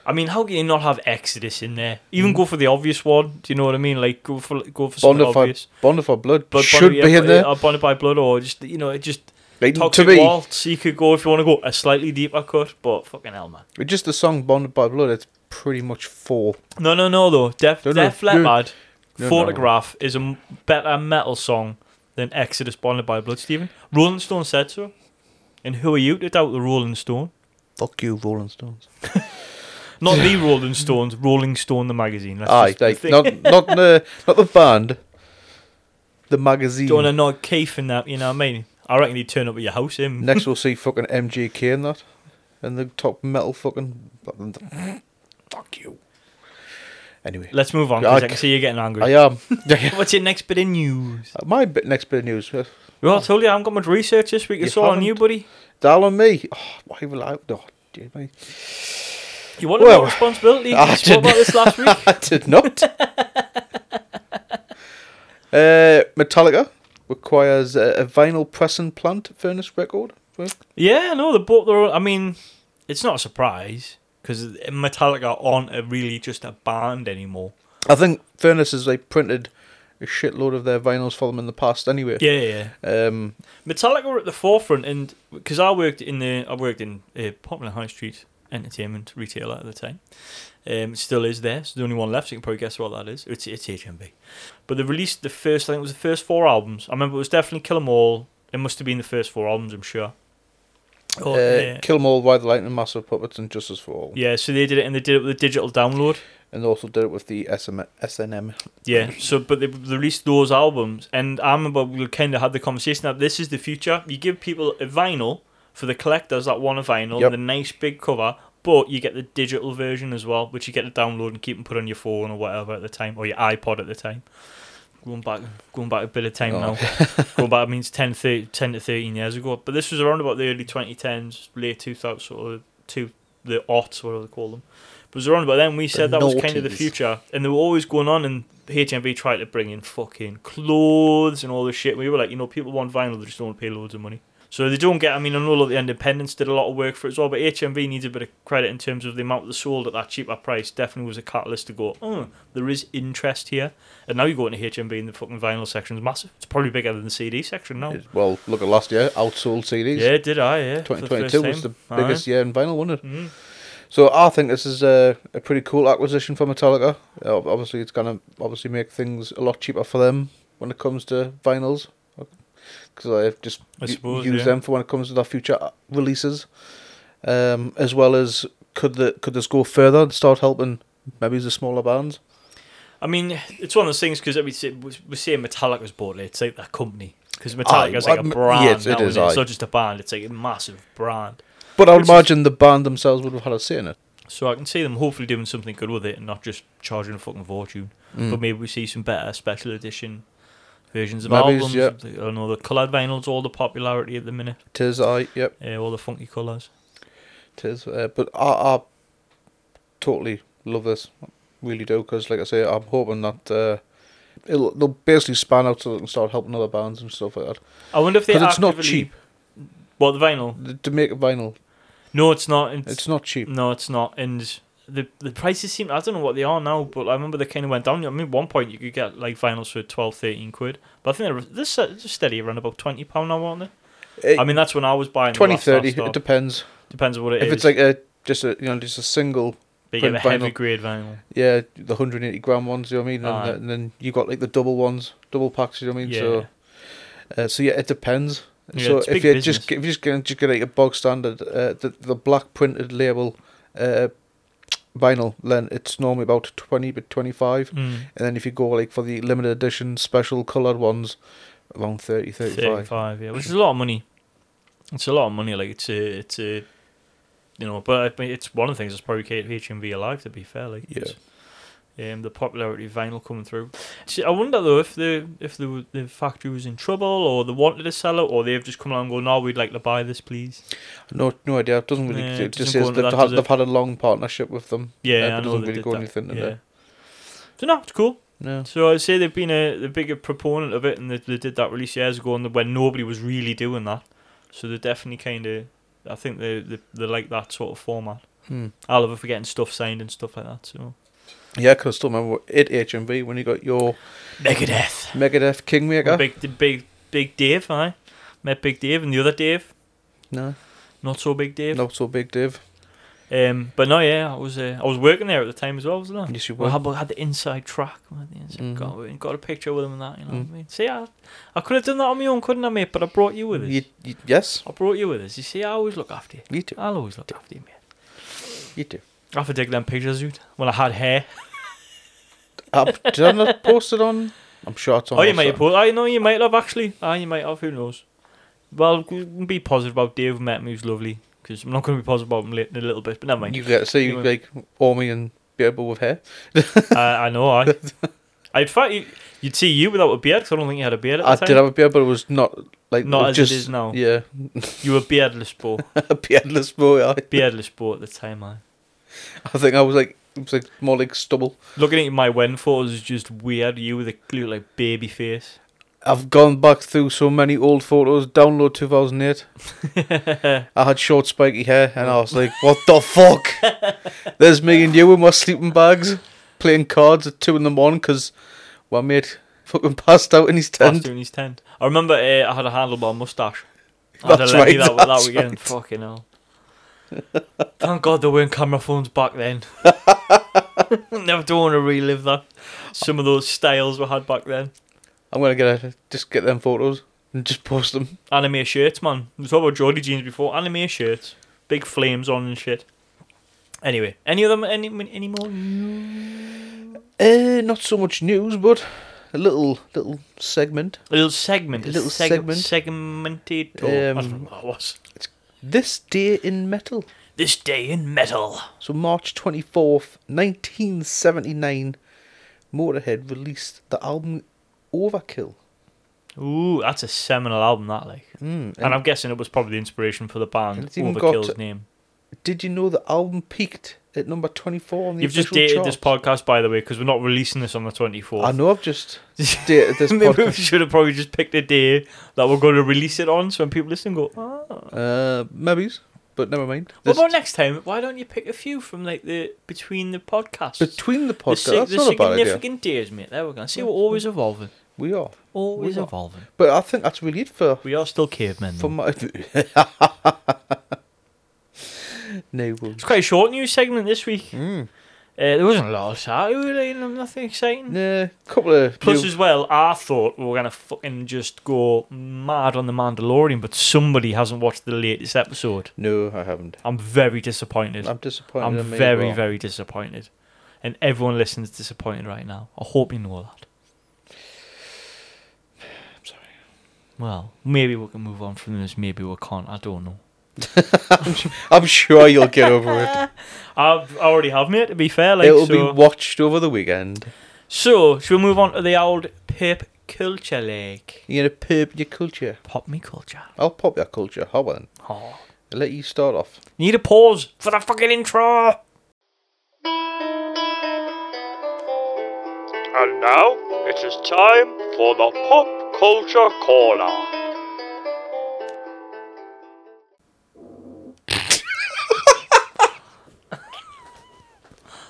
S1: I mean, how can you not have Exodus in there? Even go for the obvious one. Do you know what I mean? Like go for go for something
S3: Bonded by,
S1: obvious.
S3: Bonded for Blood
S1: But
S3: should
S1: Bonded-
S3: be in there.
S1: uh, Bonded by Blood, or just you know, it just
S3: Like, to
S1: Toxic
S3: me,
S1: Waltz. You could go if you want to go a slightly deeper cut, but fucking hell, man.
S3: with just the song Bonded by Blood, it's pretty much four.
S1: No, no, no, though. Def,
S3: No, no,
S1: Def
S3: no.
S1: Leppard,
S3: No, no.
S1: Photograph is a m- better metal song than Exodus Bonded by Blood, Stephen. Rolling Stone said so. And who are you to doubt the Rolling Stone?
S3: Fuck you, Rolling Stones.
S1: Not the Rolling Stones, Rolling Stone the magazine. Let's
S3: Aye,
S1: just
S3: like,
S1: think.
S3: not not the not the band, the magazine.
S1: Don't want to nod Keith in that, you know what I mean? I reckon he'd turn up at your house, him.
S3: Next we'll see fucking MJK and that, and the top metal fucking. Fuck you. Anyway,
S1: Let's move on,
S3: I
S1: because I,
S3: c-
S1: can see you getting angry.
S3: I am.
S1: What's your next bit of news?
S3: My bit, next bit of news. uh,
S1: Well, I told you I haven't got much research this week. It's
S3: You
S1: all on
S3: haven't.
S1: you, buddy.
S3: Dal and me. Oh, why will I? Oh, dear me.
S1: You want
S3: Well,
S1: more responsibility?
S3: I
S1: You spoke about this last week.
S3: I did not. uh, Metallica requires a, a vinyl pressing plant furnace record.
S1: Yeah, no, they bought their own. I mean, it's not a surprise because Metallica aren't a really just a band anymore.
S3: I think furnaces they printed a shitload of their vinyls for them in the past anyway.
S1: Yeah, yeah.
S3: Um,
S1: Metallica were at the forefront, and because I worked in the, I worked in a popular high street entertainment retailer at the time. Um, it still is there. So the only one left. So you can probably guess what that is. It's it's HMV. But they released the first. I think it was the first four albums. I remember it was definitely Kill 'Em All. It must have been the first four albums. I'm sure. Oh,
S3: uh,
S1: yeah.
S3: Kill 'Em All, Ride the Lightning, Massive Puppets, and Justice for All.
S1: yeah, so they did it, and they did it with a digital download.
S3: And they also did it with the SM, SNM.
S1: Yeah. So, but they released those albums, and I remember we kind of had the conversation that this is the future. You give people a vinyl for the collectors that want a vinyl,
S3: Yep.
S1: the nice big cover, but you get the digital version as well, which you get to download and keep and put on your phone or whatever at the time, or your iPod at the time. Going back, going back a bit of time
S3: Oh.
S1: now. going back means 10, 30, 10 to thirteen years ago, but this was around about the early twenty tens, late two thousand, sort of two the aughts, whatever they call them. But it was around about then we said that was kind of the
S3: noughties.
S1: future, and they were always going on, and HMV tried to bring in fucking clothes and all this shit. We were like, you know, people want vinyl, they just don't want to pay loads of money. So they don't get. I mean, I know a lot of the independents did a lot of work for it as well, but HMV needs a bit of credit in terms of the amount they sold at that cheaper price. Definitely was a catalyst to go. Oh, there is interest here, and now you go into HMV and the fucking vinyl section's massive. It's probably bigger than the CD section now.
S3: It- Well, look at last year, outsold CDs.
S1: Oh. Yeah, did I? Yeah, for the first
S3: 2022 was the
S1: time. Aye.
S3: biggest year in vinyl, wasn't it?
S1: Mhm.
S3: So I think this is a, a pretty cool acquisition for Metallica. Uh, obviously, it's going to obviously make things a lot cheaper for them when it comes to vinyls, because I just
S1: I
S3: u-
S1: suppose,
S3: use
S1: yeah.
S3: them for when it comes to their future uh, releases, um, as well as could the could this go further and start helping maybe the smaller bands?
S1: I mean, it's one of those things because I mean, say- we're saying Metallica's bought it. It's like that company because
S3: Aye,
S1: Metallica's like a
S3: um,
S1: brand.
S3: yes, it
S1: now,
S3: is,
S1: isn't It's
S3: aye.
S1: not just a band; it's like a massive brand.
S3: But I would
S1: Which is-
S3: imagine the band themselves would have had a say in it.
S1: So I can see them hopefully doing something good with it and not just charging a fucking fortune.
S3: Mm.
S1: But maybe we see some better special edition versions of
S3: Maybe,
S1: albums.
S3: yeah.
S1: I don't know the coloured vinyls, all the popularity at the minute,
S3: Tis I, yep,
S1: uh, all the funky colours.
S3: tis. Uh, but I, I totally love this, really do. Because like I say, I'm hoping that uh, it'll they'll basically span out so they can start helping other bands and stuff like that.
S1: I wonder if they
S3: Because it's not
S1: actively-
S3: cheap
S1: What the vinyl?
S3: Th- to make a vinyl.
S1: No, it's not. It's,
S3: It's not cheap.
S1: No, it's not. And the the prices seem I don't know what they are now, but I remember they kind of went down. I mean, at one point you could get like vinyls for 12, 13 quid, but I think they're, they're se- they're steady around about twenty pound now, aren't they?
S3: It,
S1: I mean, that's when I was buying. the
S3: Eh, twenty
S1: last I
S3: thirty.
S1: stopped.
S3: It depends
S1: depends on what it
S3: if
S1: is.
S3: it's like a just a you know just a single
S1: They get the
S3: Print vinyl.
S1: heavy grade vinyl.
S3: Yeah, the 180 gram ones, you know what I mean? And,
S1: Aye.
S3: the- and then you got like the double ones, double packs, you know what I mean?
S1: Yeah.
S3: So, uh, so yeah, it depends.
S1: Yeah,
S3: so
S1: it's
S3: if
S1: big
S3: you
S1: business.
S3: just get- if you just get just get like a bog standard, uh, the the black printed label, uh, vinyl, then it's normally about 20 but 25.
S1: Mm.
S3: And then if you go like for the limited edition special coloured ones, around 30, 35.
S1: 35, yeah, which is a lot of money. It's a lot of money. Like it's a, it's a, you know, but I mean, it's one of the things that's probably kept HMV alive. To be fair, like
S3: Yeah.
S1: it's, um, the popularity of vinyl coming through. See, I wonder though if the if the the factory was in trouble or they wanted to sell it or they've just come along and go, no, we'd like to buy this, please.
S3: No, no idea. It doesn't really.
S1: Yeah,
S3: it
S1: it
S3: just
S1: doesn't go
S3: says
S1: into
S3: that
S1: that,
S3: they've had,
S1: does it?
S3: they've had a long partnership with them.
S1: Yeah,
S3: Uh,
S1: I
S3: but
S1: know
S3: doesn't
S1: they
S3: really
S1: did
S3: go
S1: that.
S3: anything in
S1: yeah.
S3: there.
S1: So no, it's cool.
S3: No.
S1: So I'd say they've been a the bigger proponent of it, and they, they did that release years ago, and when nobody was really doing that. So they definitely kind of, I think they, they they like that sort of format.
S3: Hmm.
S1: I love it for getting stuff signed and stuff like that. So
S3: Yeah, 'cause I still remember at HMV when you got your
S1: Megadeth,
S3: Megadeth Kingmaker.
S1: big the big big Dave, I met Big Dave and the other Dave,
S3: No,
S1: not so big Dave.
S3: not so big, Dave.
S1: Um, but no, yeah, I was uh, I was working there at the time as well, wasn't I?
S3: Yes, you were.
S1: Well, how about had the inside track? we had the inside- Got,
S3: Mhm.
S1: got a picture with him and that, you know
S3: Mm.
S1: what I mean? See, I, I could have done that on my own, couldn't I, mate? But I brought you with us.
S3: You, you, yes,
S1: I brought you with us. You see, I always look after you.
S3: you do.
S1: I'll always look after you, mate.
S3: You do.
S1: I have to take them pictures out when I had hair.
S3: Uh, did I not post it on? I'm sure it's on.
S1: Oh, you
S3: our
S1: might
S3: site.
S1: have. Po- I know you might have actually. Ah, you might have. Who knows? Well, we can be positive about Dave met me. He's lovely. Because I'm not going to be positive about him li- in a little bit. But never mind.
S3: You get to see
S1: You
S3: like Ormy and Bearable with hair.
S1: I, I know. I. I'd fight you. You'd see you without a beard. 'cause I don't think you had a beard at the
S3: I
S1: time.
S3: did have a beard, but it was not like
S1: Not
S3: it was
S1: as it
S3: just,
S1: is now.
S3: Yeah,
S1: You were beardless, Bo.
S3: a beardless boy. I,
S1: beardless, Bo. At the time, I.
S3: I think I was like, it was like more like stubble.
S1: Looking at my when photos is just weird. You with a you look like baby face.
S3: I've gone back through so many old photos. Download 2008. I had short spiky hair, and I was like, "What the fuck?" There's me and you in my sleeping bags, playing cards at two in the morning because my mate fucking passed out in his
S1: Last
S3: tent.
S1: in his tent. I remember uh, I had a handlebar mustache. I
S3: That's
S1: had a lefty
S3: right,
S1: That, that
S3: that's
S1: weekend.
S3: right.
S1: Fucking hell. Thank God there weren't camera phones back then. Never don't want to relive that. Some of those styles we had back then.
S3: I'm gonna get a, just get them photos and just post them.
S1: Anime shirts, man. We talked about Jody jeans before. Anime shirts, big flames on and shit. Anyway, any of them? Any any more?
S3: Uh, not so much news, but a little little segment.
S1: A little segment.
S3: A
S1: A
S3: little
S1: little
S3: segment.
S1: Segmented. tour. That's
S3: Um,
S1: not what it was.
S3: This day in metal.
S1: This day in metal.
S3: So March 24th, 1979, Motorhead released the album Overkill.
S1: Ooh, that's a seminal album, that like.
S3: Mm,
S1: And, I'm guessing it was probably the inspiration for the band
S3: It's even
S1: Overkill's
S3: got-
S1: name.
S3: Did you know the album peaked at number 24 on the
S1: You've just
S3: official
S1: dated
S3: chart?
S1: this podcast, by the way, because we're not releasing this on the 24th.
S3: I know I've just dated this
S1: Maybe we
S3: podcast.
S1: should have probably just picked a day that we're going to release it on, so when people listen, go, "Oh."
S3: Uh, maybe's, but never mind.
S1: What
S3: This-
S1: about next time? Why don't you pick a few from like the between the podcasts?
S3: between the
S1: the,
S3: podcast,
S1: sig-
S3: that's
S1: the
S3: not a bad idea.
S1: significant days, mate. There we go. See, we're always evolving.
S3: We are,
S1: Always
S3: We are.
S1: evolving.
S3: but I think that's really it for
S1: We are still cavemen. though.
S3: for my. no, well,
S1: It's quite a short news segment this week.
S3: mm.
S1: Uh, there wasn't a lot of chat. really, no- nothing exciting.
S3: nah, couple of
S1: Plus,
S3: new-
S1: as well, I thought we were going to fucking just go mad on The Mandalorian, but somebody hasn't watched the latest episode.
S3: no, I haven't.
S1: I'm very disappointed.
S3: I'm disappointed.
S1: I'm
S3: in me as
S1: very,
S3: well.
S1: very disappointed. And everyone listening is disappointed right now. I hope you know that. I'm
S3: sorry.
S1: Well, maybe we can move on from this. Maybe we can't. I don't know.
S3: I'm sure you'll get over it.
S1: I've, I already have, mate, to be fair. Like,
S3: It'll
S1: so,
S3: be watched over the weekend.
S1: so, should we move on to the old pip culture lake?
S3: You're gonna pop your culture.
S1: Pop me culture.
S3: I'll pop your culture. How on.
S1: Oh.
S3: I'll let you start off.
S1: Need a pause for the fucking intro. And now it is time for the pop culture corner.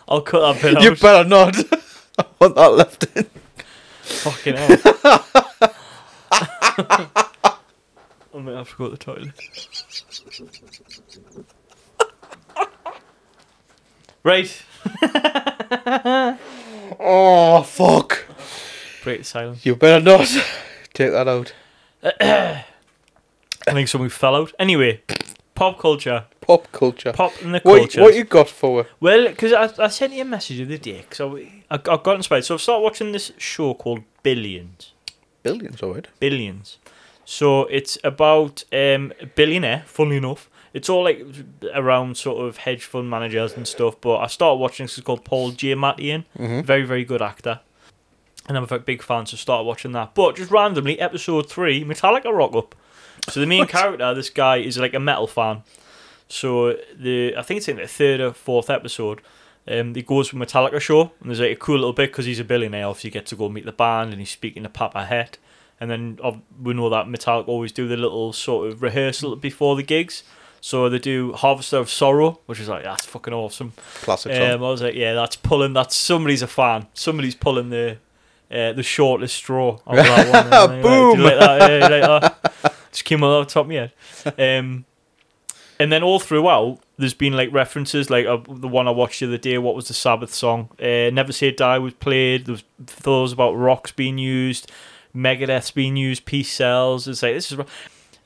S1: I'll cut that bit out.
S3: You better not. I want that left in.
S1: fucking hell. I might have to go to the toilet. Right.
S3: Oh fuck!
S1: Break the silence.
S3: You better not take that out.
S1: I think something fell out. Anyway, pop culture.
S3: Pop culture.
S1: Pop in the
S3: What,
S1: culture.
S3: what you got for? her?
S1: Well, because I, I sent you a message the other day, so I, I got inspired. So I've started watching this show called Billions.
S3: Billions, alright.
S1: Billions. So it's about um, a billionaire, funnily enough. It's all like around sort of hedge fund managers and stuff, but I started watching this, it's called Paul Giamatti.
S3: Mm-hmm.
S1: Very, very good actor. And I'm a big fan, so started watching that. But just randomly, episode three, Metallica rock up. So the main character, this guy, is like a metal fan. So the I think it's in the third or fourth episode. Um, he goes to a Metallica show, and there's like a cool little bit because he's a billionaire. Obviously, you get to go meet the band, and he's speaking to Papa Het. And then uh, we know that Metallica always do the little sort of rehearsal before the gigs. So they do Harvester of Sorrow, which is like that's fucking awesome.
S3: Classic song.
S1: Um, I was like, yeah, that's pulling. That's somebody's a fan. Somebody's pulling the uh, the shortest straw. On that one. And I was like,
S3: Boom.
S1: "Do you like that? Yeah, you like that?" Just came out of the top of my head. Um, and then all throughout, there's been like references, like uh, the one I watched the other day. What was the Sabbath song? Uh, Never Say Die was played. There was those about rocks being used, Megadeth's being used, peace cells. It's like this is.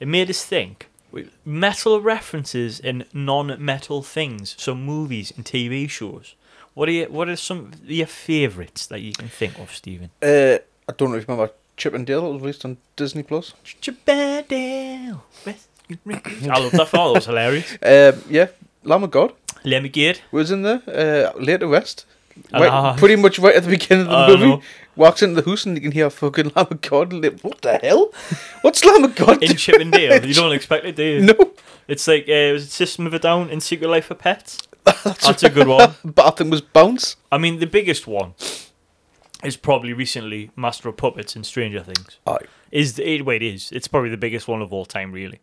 S1: It made us think. Metal references in non-metal things, so movies and TV shows. What are you, what are some of your favourites that you can think of, Stephen?
S3: Uh, I don't know if you remember Chip and Dale. It was released on Disney Plus.
S1: Jabadale. I love that. Thought that was hilarious.
S3: Um, yeah, Lamb of God
S1: Let me get.
S3: was in there. Uh, later West.
S1: I
S3: Right,
S1: know.
S3: pretty much right at the beginning of the
S1: I
S3: movie,
S1: know.
S3: walks into the house and you can hear fucking Lamb of God. and they- What the hell? What's Lamb of God?
S1: in
S3: doing?
S1: Chip and Dale. You don't expect it, do you?
S3: no,
S1: It's like uh, was it System of a Down in Secret Life of Pets. That's, a good one.
S3: but I think it was Bounce.
S1: I mean, the biggest one is probably recently Master of Puppets in Stranger Things.
S3: Aye.
S1: Is the, it, well, it is. It's probably the biggest one of all time, really.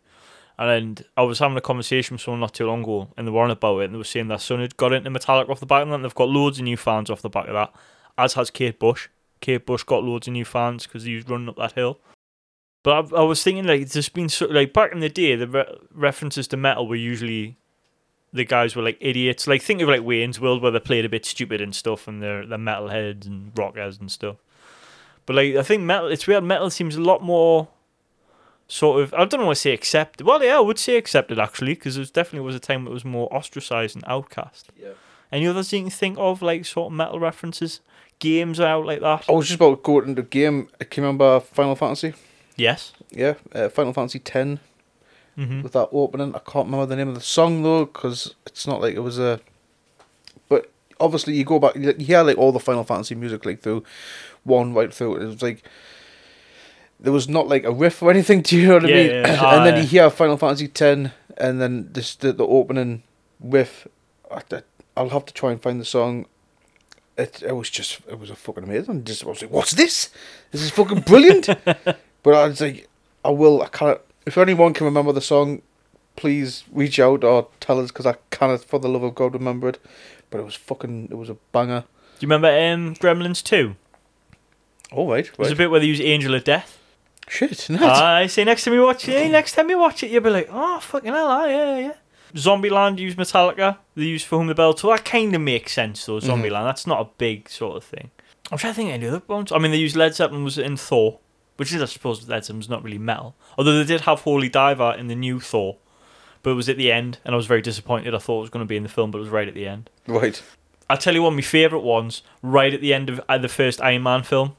S1: And I was having a conversation with someone not too long ago, and they were on about it, and they were saying their son had got into Metallica off the back of that, and they've got loads of new fans off the back of that, as has Kate Bush. Kate Bush got loads of new fans because he was running up that hill. But I, I was thinking, like, there's been so, like back in the day, the re- references to metal were usually the guys were like idiots. Like think of like Wayne's World where they played a bit stupid and stuff, and they're they're metalheads and rockers and stuff. But like I think metal, it's weird. Metal seems a lot more sort of I don't want to say accepted. Well, yeah, I would say accepted actually, because there definitely was a time it was more ostracized and outcast.
S3: Yeah.
S1: Any others you can think of like sort of metal references? Games out like that.
S3: I was just about to go into the game. Can you remember Final Fantasy?
S1: Yes.
S3: Yeah, uh, Final Fantasy Ten
S1: Mm-hmm.
S3: with that opening. I can't remember the name of the song though, because it's not like it was a. But obviously, you go back, you hear like all the Final Fantasy music like through, one right through. It was like there was not like a riff or anything. Do you know what
S1: Yeah,
S3: I mean?
S1: yeah,
S3: and then
S1: aye.
S3: you hear Final Fantasy ten, and then this the, the opening riff. I, I'll have to try and find the song. It, it was just it was a fucking amazing. Just I was like, what's this? This is fucking brilliant. But I was like, I will. I can't. If anyone can remember the song, please reach out or tell us because I cannot, for the love of God, remember it. But it was fucking. It was a banger.
S1: Do you remember um, Gremlins Two?
S3: All right,
S1: There's a bit where they use Angel of Death.
S3: Shit, no.
S1: I say next time you watch it, eh, next time you watch it, you'll be like, oh fucking hell, ah, yeah, yeah. Zombieland use Metallica. They use For Whom the Bell Tolls. That kind of makes sense though. Zombieland. That's not a big sort of thing. I'm trying to think of any other ones. I mean, they use Led Zeppelin was in Thor, which is I suppose Led Zeppelin's not really metal. Although they did have Holy Diver in the new Thor, but it was at the end, and I was very disappointed. I thought it was going to be in the film, but it was right at the end.
S3: right.
S1: I'll tell you one of my favourite ones, right at the end of uh, the first Iron Man film,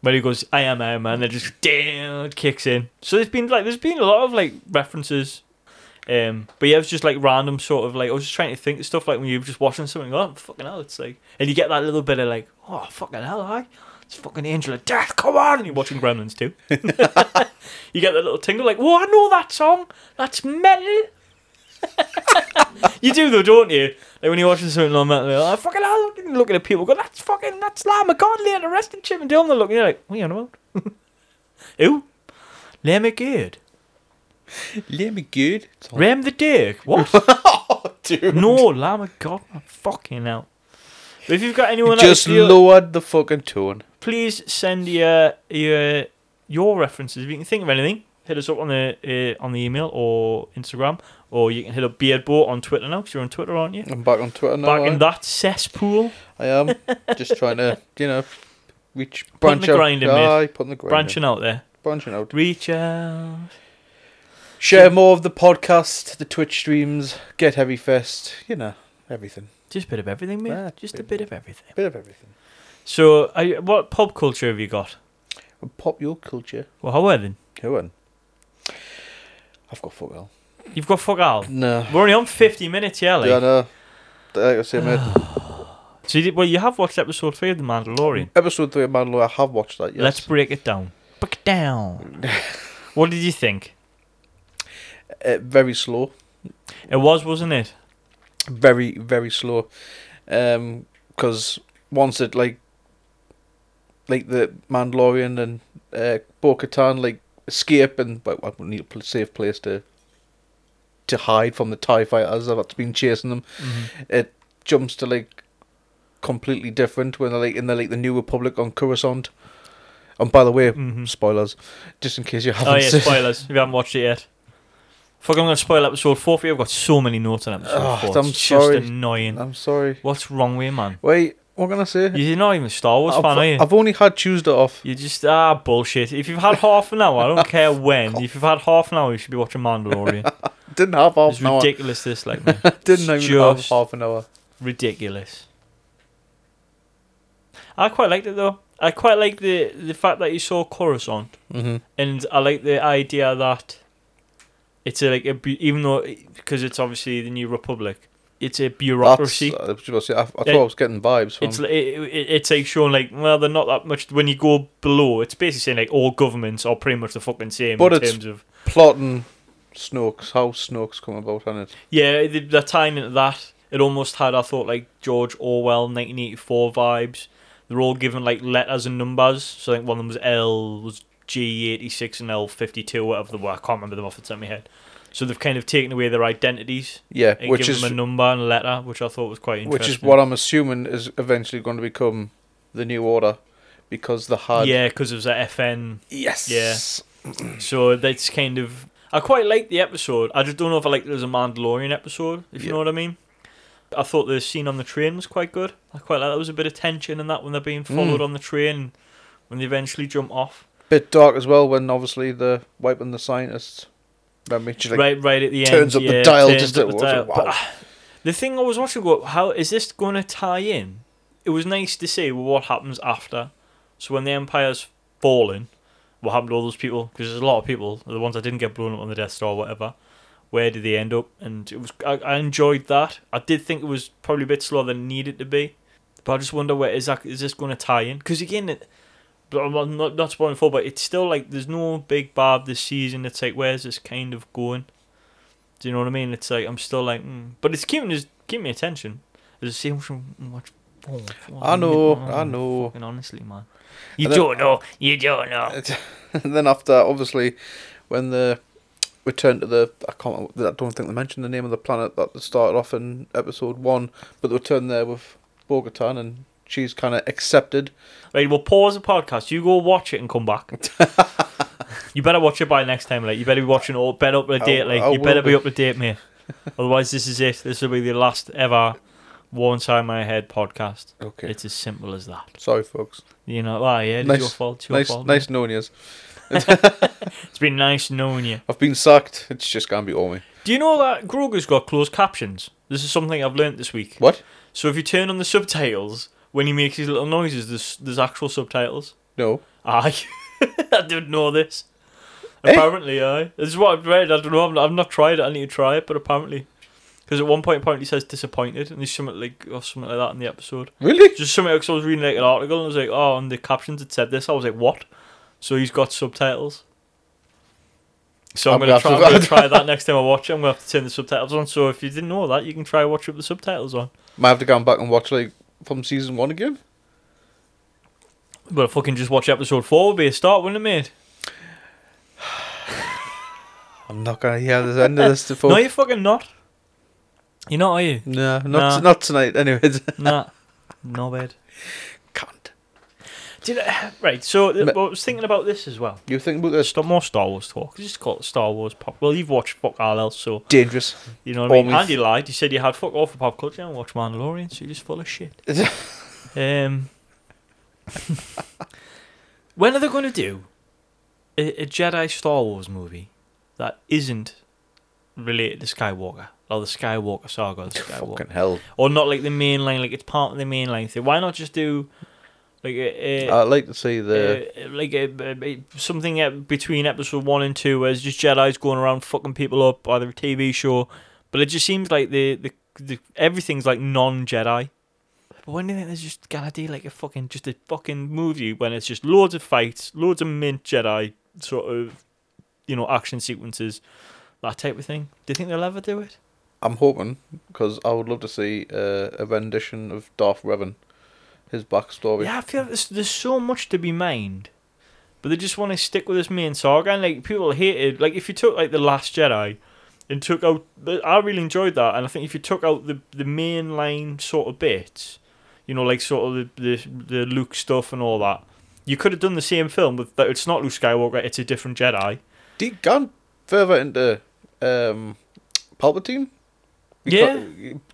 S1: where he goes, I am Iron Man, and it just damn it kicks in. So there's been like there's been a lot of like references. Um but yeah, it was just like random sort of like I was just trying to think of stuff like when you're just watching something, oh fucking hell, it's like and you get that little bit of like, oh fucking hell, I it's fucking Angel of Death, come on and you're watching Gremlins too. you get that little tingle like, Whoa, I know that song. That's metal. You do though, don't you? Like when you're watching something like that, you're like, fucking hell, looking- looking at people, go, that's fucking, that's Lamb of God, Leon, arresting Chip and Dale, and they're looking, you're like, what are you on about? Who? Lamb of God.
S3: Let me good. It's all-
S1: Ram the Dick. What?
S3: Dude.
S1: no, Lamb of God, fucking hell. If you've got anyone
S3: Just
S1: else, you-
S3: lowered the fucking tone.
S1: please send your, your your references if you can think of anything. hit us up on the uh, on the email or Instagram, or you can hit up Beardbo on Twitter now. Cause you're on Twitter, aren't you?
S3: I'm back on Twitter now.
S1: Back
S3: eh?
S1: in that cesspool,
S3: I am just trying to, you know, reach
S1: Putting
S3: branch
S1: the
S3: out.
S1: grind in, mate.
S3: Aye, putting the grind in.
S1: branching out there.
S3: branching out.
S1: Reach out.
S3: Share more of the podcast, the Twitch streams, get heavy fest, you know, everything,
S1: Just a bit of everything, mate.
S3: Ah,
S1: Just a bit of everything.
S3: bit of everything.
S1: So, are you, what pop culture have you got?
S3: And pop your culture.
S1: Well, how are then?
S3: Who on? I've got fuck all.
S1: You've got fuck all.
S3: No.
S1: We're only on 50 minutes, yeah, like.
S3: Yeah, no. Like I say, mate.
S1: So, you did, well, you have watched episode 3 of The Mandalorian.
S3: Episode three of Mandalore. I have watched that. Yes.
S1: Let's break it down. Break it down. what did you think?
S3: Uh, very slow.
S1: It was, wasn't it?
S3: very very slow um because once it like like the mandalorian and uh bo-katan like escape and but i need a pl- safe place to to hide from the tie fighters that's been chasing them
S1: Mm-hmm.
S3: it jumps to like completely different when they're like in the like the new republic on coruscant and by the way
S1: Mhm.
S3: spoilers just in case you haven't
S1: Oh, yeah,
S3: seen
S1: spoilers if you haven't watched it yet. Fuck, I'm going to spoil episode 4 for you. I've got so many notes on episode
S3: Oh,
S1: 4.
S3: I'm
S1: It's
S3: sorry.
S1: just annoying.
S3: i'm sorry
S1: What's wrong with you, man?
S3: wait what can i say
S1: You're not even a Star Wars fan, are you?
S3: I've, I've only had tuesday off
S1: You just ah bullshit. If you've had half an hour, I don't care when. If you've had half an hour, you should be watching Mandalorian.
S3: didn't have half
S1: It's
S3: an hour.
S1: ridiculous. This like man.
S3: Didn't even
S1: It's
S3: have
S1: just-
S3: half an hour.
S1: ridiculous. I quite liked it though. I quite like the the fact that you saw Coruscant,
S3: Mm-hmm.
S1: and I like the idea that it's a, like a bu- even though because it's obviously the New Republic, it's a bureaucracy.
S3: I, uh, was just gonna say, I, I thought
S1: Yeah.
S3: I was getting vibes from.
S1: It's li- it, it, it's like showing like well they're not that much when you go below. It's basically saying like all governments are pretty much the fucking same
S3: But
S1: in
S3: it's-
S1: terms of
S3: plotting Snoke's how Snoke's come about on it.
S1: Yeah, the, the time into that, it almost had, I thought, like George Orwell 1984 vibes. They're all given like letters and numbers. So I think one of them was L, was G86 and L52, whatever they were. I can't remember them off the top of my head. So they've kind of taken away their identities
S3: Yeah,
S1: and
S3: which
S1: given
S3: is
S1: them a number and a letter, which I thought was quite interesting.
S3: which is what I'm assuming is eventually going to become the new order because the hard
S1: Yeah, because it was a FN.
S3: yes
S1: So that's kind of. I quite liked the episode. I just don't know if I like there's a Mandalorian episode, if you
S3: Yeah.
S1: know what I mean. I thought the scene on the train was quite good. I quite like that. There was a bit of tension in that when they're being followed
S3: Mm.
S1: on the train when they eventually jump off.
S3: bit dark as well when obviously the wiping the scientists. Remember, she's like
S1: right, right at the
S3: turns up
S1: end.
S3: the
S1: yeah,
S3: dial
S1: turns
S3: just
S1: up
S3: at
S1: the
S3: once,
S1: dial.
S3: wow.
S1: But, ah, the thing I was watching, go, how is this going to tie in? It was nice to see what happens after. So when the empire's fallen, what happened to all those people? Because there's a lot of people, the ones that didn't get blown up on the Death Star, or whatever. Where did they end up? And it was I, I enjoyed that. I did think it was probably a bit slower than it needed to be, but I just wonder where is that? Is this going to tie in? Because again, it, but I'm not- not not spoiling for, but it's still like there's no big bad this season. It's like where's this kind of going? Do you know what I mean? It's like I'm still like, mm. but it's keeping us keeping me attention. There's so much, much more.
S3: I know,
S1: Mm-hmm.
S3: I know.
S1: Fucking honestly, man. You
S3: And then-
S1: don't know. You don't know.
S3: and then after obviously when the return to the I can't I don't think they mentioned the name of the planet that started off in episode one, but the return there with Bogotan and she's kind of accepted.
S1: Right, we'll pause the podcast. You go watch it and come back. you better watch it by next time, like you better be watching all better up to
S3: I-
S1: date, like
S3: I
S1: you better
S3: will
S1: be.
S3: be.
S1: up to date, mate. Otherwise this is it. This will be the last ever One Time My Head podcast.
S3: Okay,
S1: It's as simple as that.
S3: sorry folks.
S1: You know, ah yeah, it's
S3: Nice-
S1: your fault, it's your
S3: Nice,
S1: fault.
S3: nice knowing yous.
S1: It's been nice knowing you.
S3: I've been sacked. It's just gonna be all me.
S1: Do you know that Grogu's got closed captions? This is something I've learnt this week.
S3: What?
S1: So if you turn on the subtitles, when he makes his little noises, there's there's actual subtitles.
S3: No.
S1: Aye. I didn't know this.
S3: Eh?
S1: Apparently, aye. This is what I've read. I don't know. I've not, I've not tried it. I need to try it, but apparently. Because at one point, apparently, he says disappointed, and there's something like, or something like that in the episode.
S3: Really?
S1: Just something else. I was reading like an article, and I was like, oh, and the captions had said this. I was like, what? So he's got subtitles. So I'm,
S3: I'm
S1: gonna
S3: gonna
S1: try.
S3: have
S1: I'm
S3: to-
S1: gonna try that next time I watch it. I'm gonna have to turn the subtitles on. So if you didn't know that, you can try watch up the subtitles on.
S3: Might have to go back and watch like from season one again.
S1: But fucking just watch episode four would be a start, wouldn't it, mate?
S3: I'm not gonna hear the end of this.
S1: No,
S3: Before.
S1: you're fucking not. You're not, are you?
S3: no, not
S1: Nah.
S3: not tonight. Anyways,
S1: Nah, no bad.
S3: can't.
S1: Did I, right. So th-
S3: But-
S1: I was thinking about this as well.
S3: You think about this?
S1: Stop more Star Wars talk. Just call it Star Wars pop. Well, you've watched fuck all else, so
S3: Dangerous.
S1: you know what I mean.
S3: Almost.
S1: Andy lied. He said you had fuck all for pop culture and watch Mandalorian, so you're just full of shit. Um, when are they going to do a, a Jedi Star Wars movie that isn't related to Skywalker or the Skywalker saga? Or, the Skywalker.
S3: Fucking hell.
S1: or not like the main line, like it's part of the main line thing. Why not just do like a, a,
S3: I'd like to see Uh, the.
S1: uh, like uh, b- b- something uh, between episode one and two, where it's just Jedi's going around fucking people up, either a TV show. But it just seems like the the, the everything's like non Jedi. But when do you think there's just gonna do like a fucking just a fucking movie when it's just loads of fights, loads of mint Jedi sort of you know action sequences, that type of thing? Do you think they'll ever do it?
S3: I'm hoping because I would love to see uh, a rendition of Darth Revan, his backstory.
S1: Yeah, I feel there's, there's so much to be mined, but they just want to stick with this main saga. And like people hated, like if you took like the Last Jedi, and took out, the, I really enjoyed that. And I think if you took out the the main line sort of bits, you know, like sort of the the, the Luke stuff and all that, you could have done the same film with that. It's not Luke Skywalker; it's a different Jedi.
S3: Deep gone further into um, Palpatine.
S1: Yeah.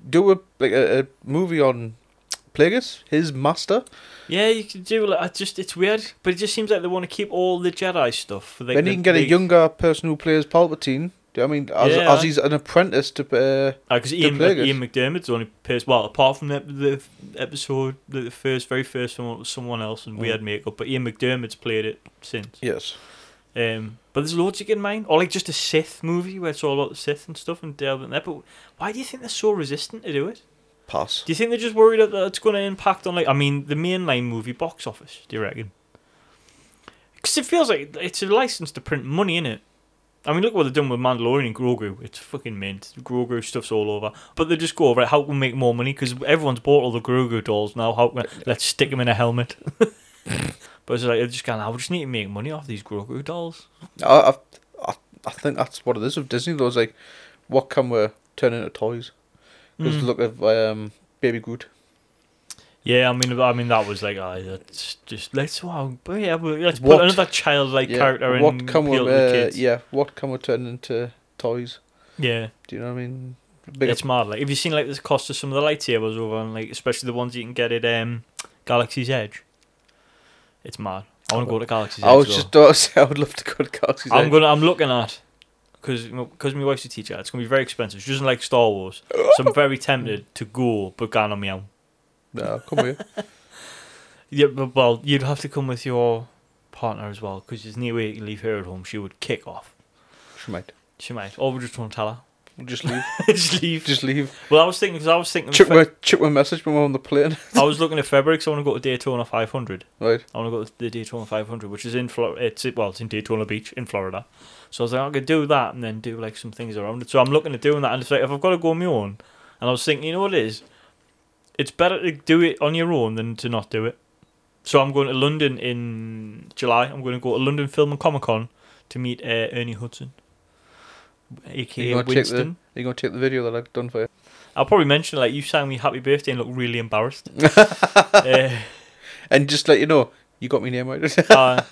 S3: Do a like a, a movie on Plagueis, his master.
S1: Yeah, you could do like I just it's weird, but it just seems like they want to keep all the Jedi stuff. For like
S3: then
S1: the,
S3: you can get a
S1: the-
S3: younger person who plays Palpatine. Do you know what I mean, as,
S1: Yeah.
S3: as he's an apprentice to. Uh,
S1: Because Ian, Mc-
S3: Plagueis.
S1: Ian McDermott's the only person, well, apart from the, the f- episode, the the first, very first one was someone else and weird makeup, but Ian McDermott's played it since.
S3: yes.
S1: Um, but there's loads you can mind, or like just a Sith movie where it's all about the Sith and stuff and delving there. But why do you think they're so resistant to do it?
S3: Pass.
S1: Do you think they're just worried that it's going to impact on like I mean the mainline movie box office? Do you reckon? Because it feels like it's a license to print money in it. I mean, look what they've done with Mandalorian and Grogu. It's fucking mint. Grogu stuff's all over. But they just go over it. How can we make more money? Because everyone's bought all the Grogu dolls now. How can let's stick them in a helmet? but it's like they're just going. I just need to make money off these Grogu dolls.
S3: I, I, I- I think that's what it is with Disney though. It's like, what can we turn into toys? Because
S1: Mm.
S3: look at um, Baby Groot.
S1: Yeah, I mean, I mean that was like, ah, that's just let's wow, but yeah, well, let's
S3: What-
S1: put another childlike
S3: Yeah.
S1: character in.
S3: what can we?
S1: appeal to the
S3: Uh,
S1: kids.
S3: yeah. What can we turn into toys?
S1: yeah.
S3: Do you know what I mean? Bigger
S1: It's mad. Like, have you seen like the cost of some of the lightsabers over on like, especially the ones you can get at um, Galaxy's Edge? It's mad. I want to go to Galaxy's
S3: I
S1: Edge. though.
S3: was just about to say I would love to go to Galaxy's
S1: I'm
S3: Edge.
S1: gonna. I'm looking at because because my wife's a teacher. It's gonna be very expensive. She doesn't like Star Wars, so I'm very tempted to go, but gone on my own.
S3: No, come here.
S1: Yeah, but well, you'd have to come with your partner as well because there's no way you can leave her at home. She would kick off.
S3: She might.
S1: She might, or we just won't tell her.
S3: We'll Just leave.
S1: just leave.
S3: Just leave.
S1: well, I was thinking because I was thinking.
S3: Check
S1: Fe-
S3: my check my message when we're on the plane.
S1: I was looking at February because I want to go to Daytona 500.
S3: Right.
S1: I want to go to the Daytona 500, which is in Florida. It's well, it's in Daytona Beach in Florida. So I was like, I could do that and then do like some things around it. So I'm looking at doing that, and it's like if I've got to go on my own, and I was thinking, you know what it is? It's better to do it on your own than to not do it. So I'm going to London in July. I'm going to go to London Film and Comic Con to meet uh, Ernie Hudson,
S3: You
S1: aka
S3: gonna take the-
S1: Winston.
S3: You're gonna take the video that I've done for you.
S1: I'll probably mention like you sang me happy birthday and look really embarrassed. Uh,
S3: And just let you know, you got me name right.
S1: uh,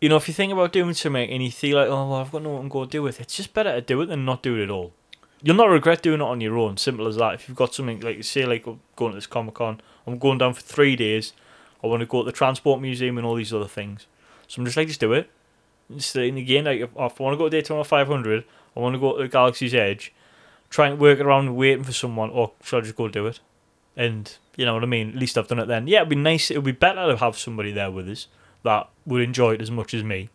S1: you know, if you think about doing something and you feel like, oh, well, I've got no one to go do with, it's just better to do it than not do it at all. You'll not regret doing it on your own. Simple as that. If you've got something like, say, like going to this Comic Con, I'm going down for three days. I want to go to the Transport Museum and all these other things. So I'm just like, just do it. Just uh, and again, like if, if I want to go to Daytona 500, I want to go to the Galaxy's Edge. Try and work around waiting for someone, or should I just go do it? And you know what I mean. At least I've done it then. Yeah, it'd be nice. It'd be better to have somebody there with us that would enjoy it as much as me.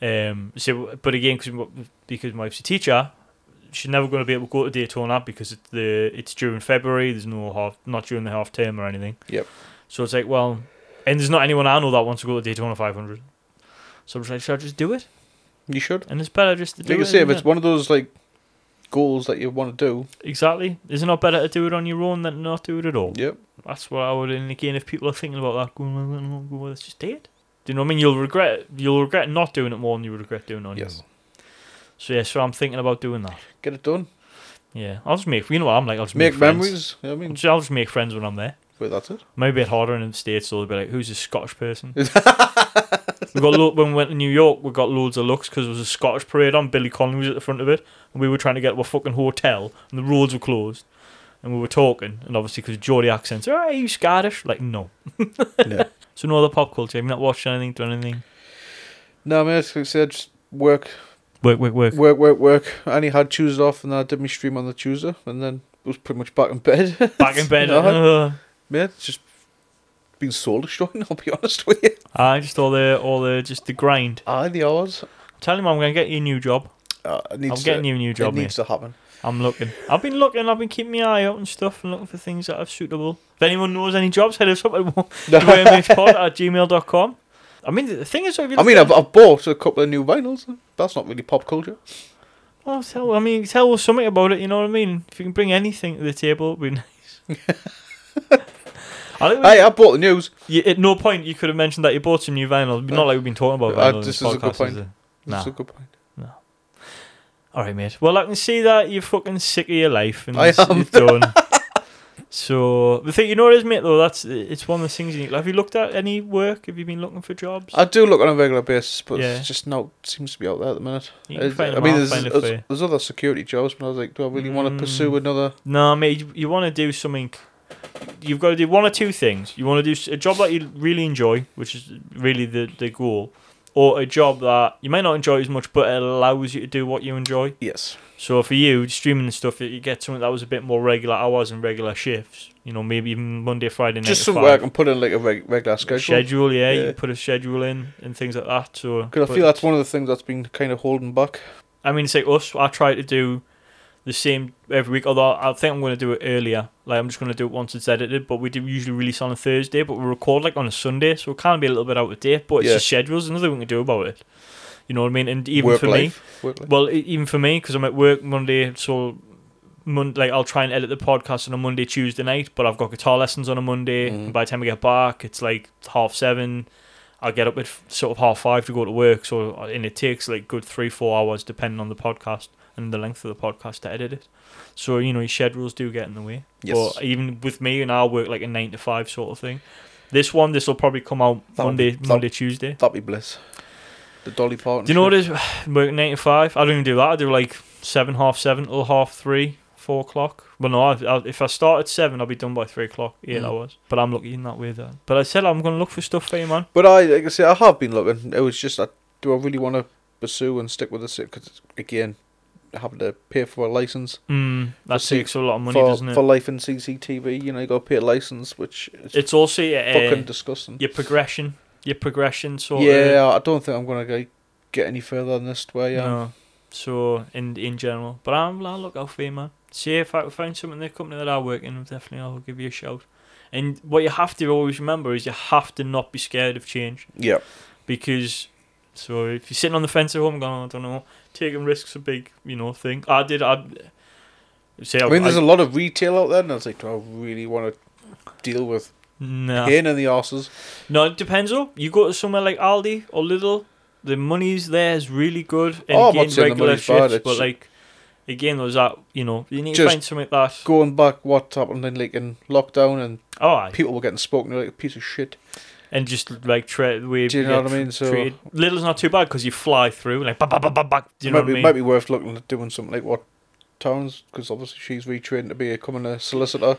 S1: Um, so, but again, cause, because my wife's a teacher, she's never going to be able to go to Daytona because it's the it's during February. There's no half, not during the half term or anything.
S3: Yep.
S1: So it's like, well, and there's not anyone I know that wants to go to Daytona 500. So I'm just like, should I just do it?
S3: you should.
S1: And it's better just to do
S3: Like I
S1: it.
S3: say, if
S1: isn't
S3: it's
S1: it?
S3: one of those like goals that you want to do,
S1: exactly, is it not better to do it on your own than not do it at all?
S3: yep.
S1: That's what I would. And again, if people are thinking about that, going, well, well, well, well, let's just do it. Do you know what I mean? You'll regret you'll regret not doing it more than you regret doing it on your
S3: Yes.
S1: own. So yeah, so I'm thinking about doing that.
S3: Get it done.
S1: Yeah, I'll just make. You know what I'm like? I'll just make,
S3: Make
S1: friends.
S3: memories. You know what I
S1: I'll
S3: mean?
S1: just, I'll just make friends when I'm there.
S3: Wait, that's it.
S1: Might be a bit harder in the States, so they'll be like, who's a Scottish person? we got lo- When we went to New York, we got loads of looks because there was a Scottish parade on. Billy Connolly was at the front of it. And we were trying to get to a fucking hotel, and the roads were closed. And we were talking, and obviously because Geordie accents, oh, are you Scottish? Like, no.
S3: No.
S1: So no other pop culture. Have you not watched anything, done anything?
S3: No, man. Like I said, just work,
S1: Work, work, work.
S3: work, work, work. I only had Tuesday off, and then I did my stream on the Tuesday, and then was pretty much back in bed.
S1: Back in bed.
S3: No.
S1: Ugh.
S3: man, it's just been soul destroying. I'll be honest with you.
S1: I just all the all the just the grind.
S3: Aye, the hours.
S1: I'm telling you, I'm gonna get you a new job.
S3: Uh, it needs
S1: I'm
S3: to,
S1: getting you a new job,
S3: It needs
S1: mate.
S3: to happen.
S1: I'm looking. I've been looking. I've been keeping my eye out and stuff, and looking for things that are suitable. If anyone knows any jobs, head us up at wmhpod at gmail.com. I mean, the thing is, if you
S3: I
S1: look
S3: mean,
S1: at-
S3: I've, I've bought a couple of new vinyls. That's not really pop culture.
S1: Well, Oh, tell I mean, tell us something about it. You know what I mean? If you can bring anything to the table, it'd be nice. I think we-
S3: Hey, I bought the news.
S1: you, at no point you could have mentioned that you bought some new vinyl. Not like we've been talking about
S3: Uh,
S1: vinyl. in
S3: this is a
S1: podcast,
S3: good point.
S1: is it?
S3: That's
S1: Nah.
S3: a good point.
S1: All right, mate. Well, I can see that you're fucking sick of your life and
S3: I
S1: it's,
S3: am.
S1: it's done. so the thing, you know what it is, mate? Though that's it's one of the things. You need. Have you looked at any work? Have you been looking for jobs?
S3: I do look on a regular basis, but
S1: Yeah.
S3: it's just now seems to be out there at the minute.
S1: You can
S3: Uh,
S1: find
S3: I
S1: them
S3: mean,
S1: out,
S3: there's,
S1: find a
S3: there's,
S1: fair.
S3: there's other security jobs, but I was like, do I really want
S1: Mm.
S3: to pursue another?
S1: No, mate, you, you want to do something. You've got to do one or two things. You want to do s- a job that you really enjoy, which is really the, the goal, or a job that you might not enjoy as much, but it allows you to do what you enjoy.
S3: Yes.
S1: So for you, streaming and stuff, you get something that was a bit more regular hours and regular shifts. You know, maybe even Monday, Friday, night.
S3: just somewhere I can put in like a reg- regular schedule.
S1: schedule. Yeah,
S3: Yeah.
S1: you put a schedule in and things like that. So
S3: Because I
S1: but-
S3: feel that's one of the things that's been kind of holding back.
S1: I mean, say us. I try to do the same every week. Although I think I'm going to do it earlier. Like I'm just going to do it once it's edited. But we do usually release on a Thursday, but we record like on a Sunday, so it can be a little bit out of date. But it's
S3: Yeah.
S1: just schedules. There's nothing we can do about it. You know what I mean? And even
S3: work
S1: for me,
S3: life. Work life.
S1: well, e- even for me, because I'm at work Monday, so Mon- like I'll try and edit the podcast on a Monday, Tuesday night. But I've got guitar lessons on a Monday.
S3: Mm.
S1: And by the time I get back, it's like half seven. I get up at f- sort of half five to go to work. So uh, and it takes like good three, four hours depending on the podcast and the length of the podcast to edit it. So you know your schedules do get in the way.
S3: Yes.
S1: But even with me and I work like a nine to five sort of thing. This one, this will probably come out
S3: That'll-
S1: Monday,
S3: that'll-
S1: Monday, Tuesday.
S3: That'd be bliss. The Dolly Parton.
S1: Do you know what
S3: shit.
S1: it is? Working eight to five. I don't even do that. I do like seven, half seven till half three, four o'clock. Well, no, I, I, if I start at seven, I'll be done by three o'clock, eight
S3: Mm.
S1: hours. But I'm lucky in that way then. But I said I'm going to look for stuff for you, man.
S3: But I, like I say, I have been looking. It was just, I, do I really want to pursue and stick with this? Because again, having to pay for a license
S1: Mm, that
S3: Let's see.
S1: takes a lot of money,
S3: for
S1: doesn't it?
S3: for life in CCTV, you know, you got to pay a license, which is
S1: it's also uh,
S3: fucking disgusting.
S1: your progression, your progression sort of.
S3: yeah, I don't think I'm gonna go get any further than this way. Yeah.
S1: No. So in in general, but I'm I'll look out for you, man. See if I can find something in the company that I work in. Definitely, I'll give you a shout. And what you have to always remember is you have to not be scared of change
S3: Yeah.
S1: because. So if you're sitting on the fence at home, going, "Oh, I don't know, taking risks a big, you know, thing. I did. I say
S3: I mean, there's a lot of retail out there, and I was like, do I really want to deal with
S1: nah.
S3: pain in the arses?
S1: No, it depends though. You go to somewhere like Aldi or Lidl, the money's there is really good and
S3: Oh, I'm not
S1: getting
S3: saying the
S1: regular
S3: money's bad,
S1: shifts, but
S3: it's-
S1: like again there's that you know, you need to
S3: Just
S1: find something like that
S3: Going back, what happened in like in lockdown, and
S1: oh, aye.
S3: people were getting spoken to like a piece of shit.
S1: and just like tra- the way
S3: Do you
S1: we
S3: know
S1: get
S3: what I mean? So-
S1: treated. Lidl's not too bad because you fly through like ba ba ba ba ba. Do you know
S3: might
S1: what
S3: be,
S1: I mean?
S3: might be worth looking at doing something like what Towns, because obviously she's retrained to be a coming a solicitor.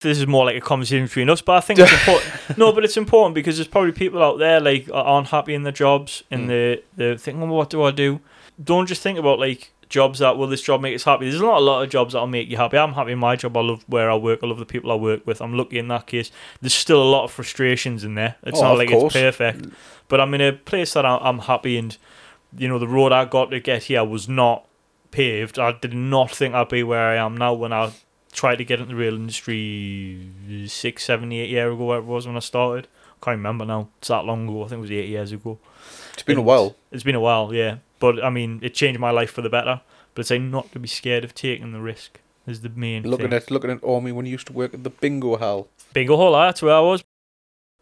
S1: this is more like a conversation between us, but I think it's important. no, but it's important because there's probably people out there like are- aren't happy in their jobs and
S3: Mm.
S1: they they're thinking, well, what do I do? Don't just think about like jobs that will this job make us happy. There's not a lot of jobs that'll make you happy. I'm happy in my job. I love where I work. I love the people I work with. I'm lucky in that case. There's still a lot of frustrations in there. It's
S3: Oh,
S1: not
S3: of
S1: like
S3: course.
S1: it's perfect, but I'm in a place that I- I'm happy and you know the road I got to get here was not paved. I did not think I'd be where I am now when I tried to get into the rail industry six, seven, eight year ago, whatever it was when I started. can't remember now. It's that long ago. I think it was eight years ago.
S3: It's been a
S1: And
S3: while.
S1: It's been a while, yeah. But I mean, it changed my life for the better. But it's like not to be scared of taking the risk is the main
S3: Looking
S1: thing.
S3: at looking at Ormy when he used to work at the bingo hall.
S1: Bingo hole, that's where I was.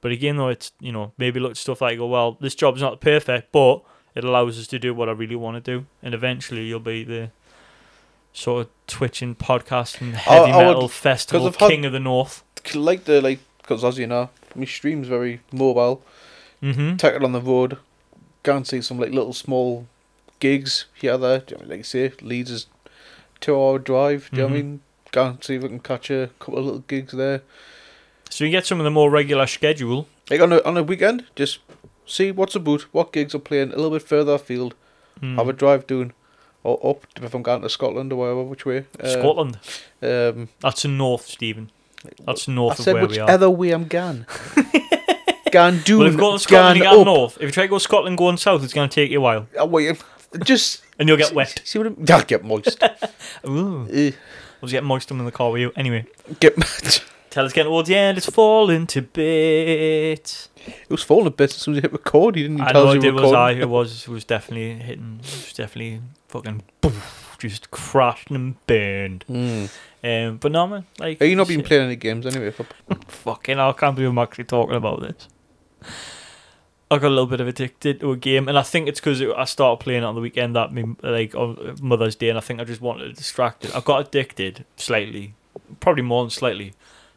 S1: But again, though, it's, you know, maybe look at stuff like, go, well, this job's not perfect, but it allows us to do what I really want to do. And eventually you'll be the sort of twitching podcast and
S3: I-
S1: heavy
S3: I would-
S1: metal festival
S3: I've had-
S1: king of the north.
S3: Like the like because as you know, my stream's very mobile.
S1: Mm-hmm.
S3: Take it on the road, guarantee some like little small gigs here there. Do you know what I mean? like you say Leeds is two hour drive. Do you know what I
S1: Mhm.
S3: mean? Guarantee if I can catch a couple of little gigs there.
S1: So you get some of the more regular schedule.
S3: Like on a on a weekend, just see what's about, what gigs are playing a little bit further afield.
S1: Mm.
S3: Have a drive down or up if I'm going to Scotland or wherever, which way. Uh,
S1: Scotland.
S3: Um,
S1: That's in north, Stephen. That's
S3: I
S1: north of
S3: said
S1: where we are.
S3: whichever way I'm going. Gan down,
S1: Well, if you go to
S3: gan
S1: Scotland, you go
S3: up.
S1: north. If you try to go Scotland going south, it's going to take you a while,
S3: Oh, wait, just
S1: and you'll get wet.
S3: see what I'm. Don't get moist.
S1: Ooh,
S3: Eh,
S1: I was getting moist in the car with you. Anyway,
S3: get it
S1: tell us getting towards the end. It's falling to bits.
S3: was falling a bit as soon as you hit record. You didn't even
S1: I
S3: tell
S1: know
S3: us
S1: it
S3: you were
S1: was I
S3: recording.
S1: who was who was definitely hitting, was definitely fucking, poof, just crashed and burned.
S3: Hmm.
S1: Um, but no man, like
S3: Are you not been
S1: shit.
S3: playing any games anyway? For...
S1: Fucking, hell, I can't believe I'm actually talking about this. I got a little bit of addicted to a game, and I think it's because it, I started playing it on the weekend that me like on uh, Mother's Day, and I think I just wanted to distract it. I got addicted slightly, probably more than slightly,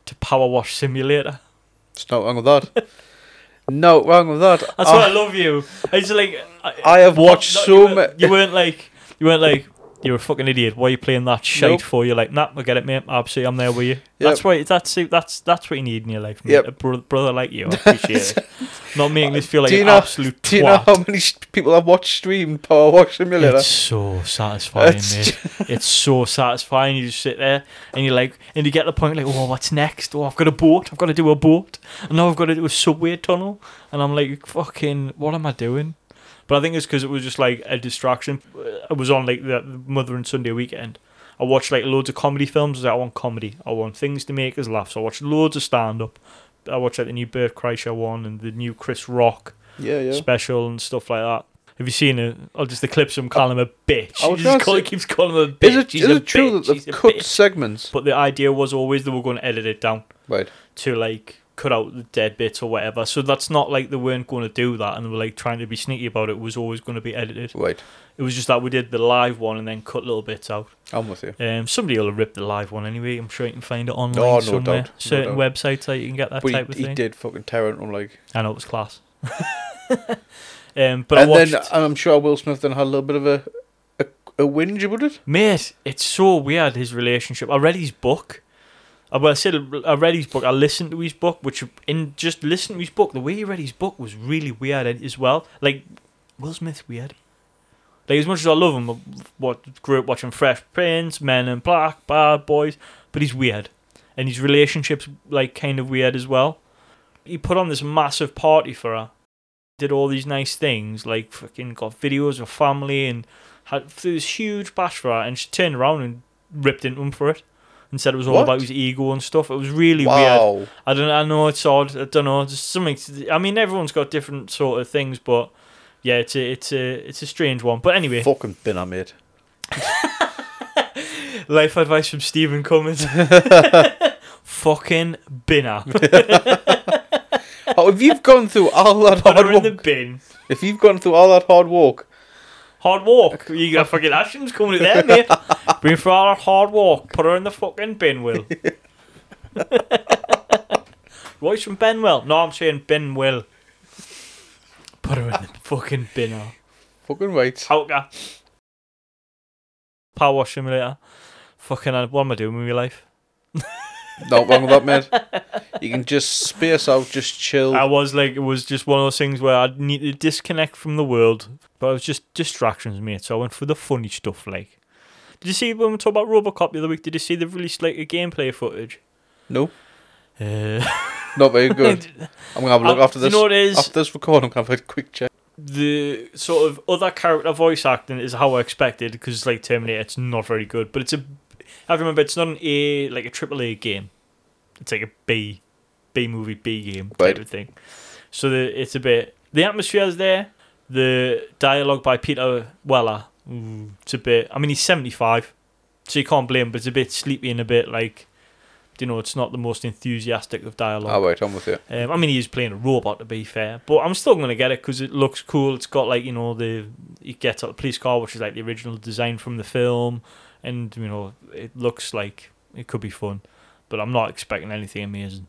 S1: to Power Wash Simulator.
S3: It's not wrong with that. no wrong with that. Ah.
S1: That's
S3: I,
S1: why I love you. I just like I,
S3: Oh. I have
S1: what-
S3: watched
S1: no,
S3: so
S1: you,
S3: many.
S1: weren't- you weren't like you weren't like you're a fucking idiot. Why are you playing that shite
S3: Nope.
S1: for? You're like, nah, I get it, mate. Absolutely, I'm there with you. That's why that's that's that's what you need in your life, mate.
S3: Yep.
S1: A bro- brother like you, I appreciate it. Not making this feel like
S3: Do you
S1: an
S3: know-
S1: absolute
S3: Do you know
S1: twat.
S3: how many s- people I've watched stream Power Wash Simulator?
S1: It's so satisfying,
S3: It's
S1: mate. it's so satisfying. You just sit there and you're like, and you get to the point like, oh, what's next? Oh, I've got a boat. I've got to do a boat. And now I've got to do a subway tunnel. And I'm like, fucking, what am I doing? But I think it's because it was just like a distraction. I was on like the Mother and Sunday weekend. I watched like loads of comedy films. I was like, I want comedy. I want things to make us laugh. So I watched loads of stand up. I watched like the new Bert Kreischer one and the new Chris Rock
S3: yeah, yeah.
S1: special and stuff like that. Have you seen it? Or just the clips from calling him a bitch?
S3: I was
S1: He
S3: gonna
S1: just call,
S3: say-
S1: keeps calling him a bitch.
S3: Is it,
S1: He's
S3: is
S1: a
S3: it true
S1: bitch,
S3: that
S1: he's a
S3: they've cut
S1: bitch.
S3: segments?
S1: But the idea was always they were going to edit it down
S3: Right.
S1: to like cut out the dead bits or whatever. So that's not like they weren't going to do that and they were like trying to be sneaky about it. it was always going to be edited.
S3: Right.
S1: It was just that we did the live one and then cut little bits out.
S3: I'm with you.
S1: Um, somebody will rip the live one anyway. I'm sure you can find it online
S3: Oh, no
S1: somewhere.
S3: doubt, no
S1: Certain
S3: doubt.
S1: websites that you can get that
S3: But
S1: type of
S3: he, he
S1: thing.
S3: did fucking tear it. I'm like,
S1: I know it was class. um, but
S3: and
S1: I watched.
S3: then I'm sure Will Smith then had a little bit of a a, a whinge about it.
S1: Mate, it's so weird his relationship. I read his book. Uh, Well, I said I read his book. I listened to his book, which in just listening to his book, the way he read his book was really weird as well. Like Will Smith's weird. Like as much as I love him, I what grew up watching Fresh Prince, Men in Black, Bad Boys, but he's weird, and his relationships like kind of weird as well. He put on this massive party for her, did all these nice things, like fucking got videos of family and had threw this huge bash for her, and she turned around and ripped into him for it, and said it was all
S3: What?
S1: about his ego and stuff. It was really weird.
S3: wow.
S1: I don't. I know it's odd. I don't know. There's something. To, I mean, everyone's got different sort of things, but yeah, it's a it's a it's a strange one. But anyway,
S3: Fucking dinner, mate.
S1: life advice from Stephen Cummins. Fucking binner.
S3: Oh, if you've gone through all that
S1: Put
S3: hard
S1: her in
S3: walk,
S1: the bin.
S3: if you've gone through all that hard walk,
S1: Hard walk. You got fucking actions coming at them, mate. Bring for our hard walk. Put her in the fucking Benwill. Royce from Benwill. No, I'm saying Benwill. Put her in the fucking binner.
S3: fucking right.
S1: Talca. Power wash simulator. Fucking hell, what am I doing with my life?
S3: Not wrong with that, mate. You can just space out, just chill.
S1: I was like, it was just one of those things where I need to disconnect from the world, but it was just distractions, mate. So I went for the funny stuff. Like, did you see when we talked about Robocop the other week? Did you see they've released like a gameplay footage?
S3: No,
S1: Uh,
S3: not very good. I'm gonna have a look
S1: I-
S3: after
S1: Uh, do
S3: this.
S1: You know what it is?
S3: after this recording, I'm gonna have a quick check.
S1: the sort of other character voice acting is how I expected because like Terminator, it's not very good, but it's a. I have to remember it's not an A like a triple A game. It's like a B, B movie B game type
S3: Right.
S1: of thing. So the, it's a bit the atmosphere is there. The dialogue by Peter Weller, ooh, it's a bit. I mean, he's seventy five, so you can't blame. him, But it's a bit sleepy and a bit like, you know, it's not the most enthusiastic of dialogue.
S3: All Oh, right, I'm with you.
S1: Um, I mean, he's playing a robot to be fair, but I'm still going to get it because it looks cool. It's got like you know the you get out the police car, which is like the original design from the film, and you know it looks like it could be fun, but I'm not expecting anything amazing.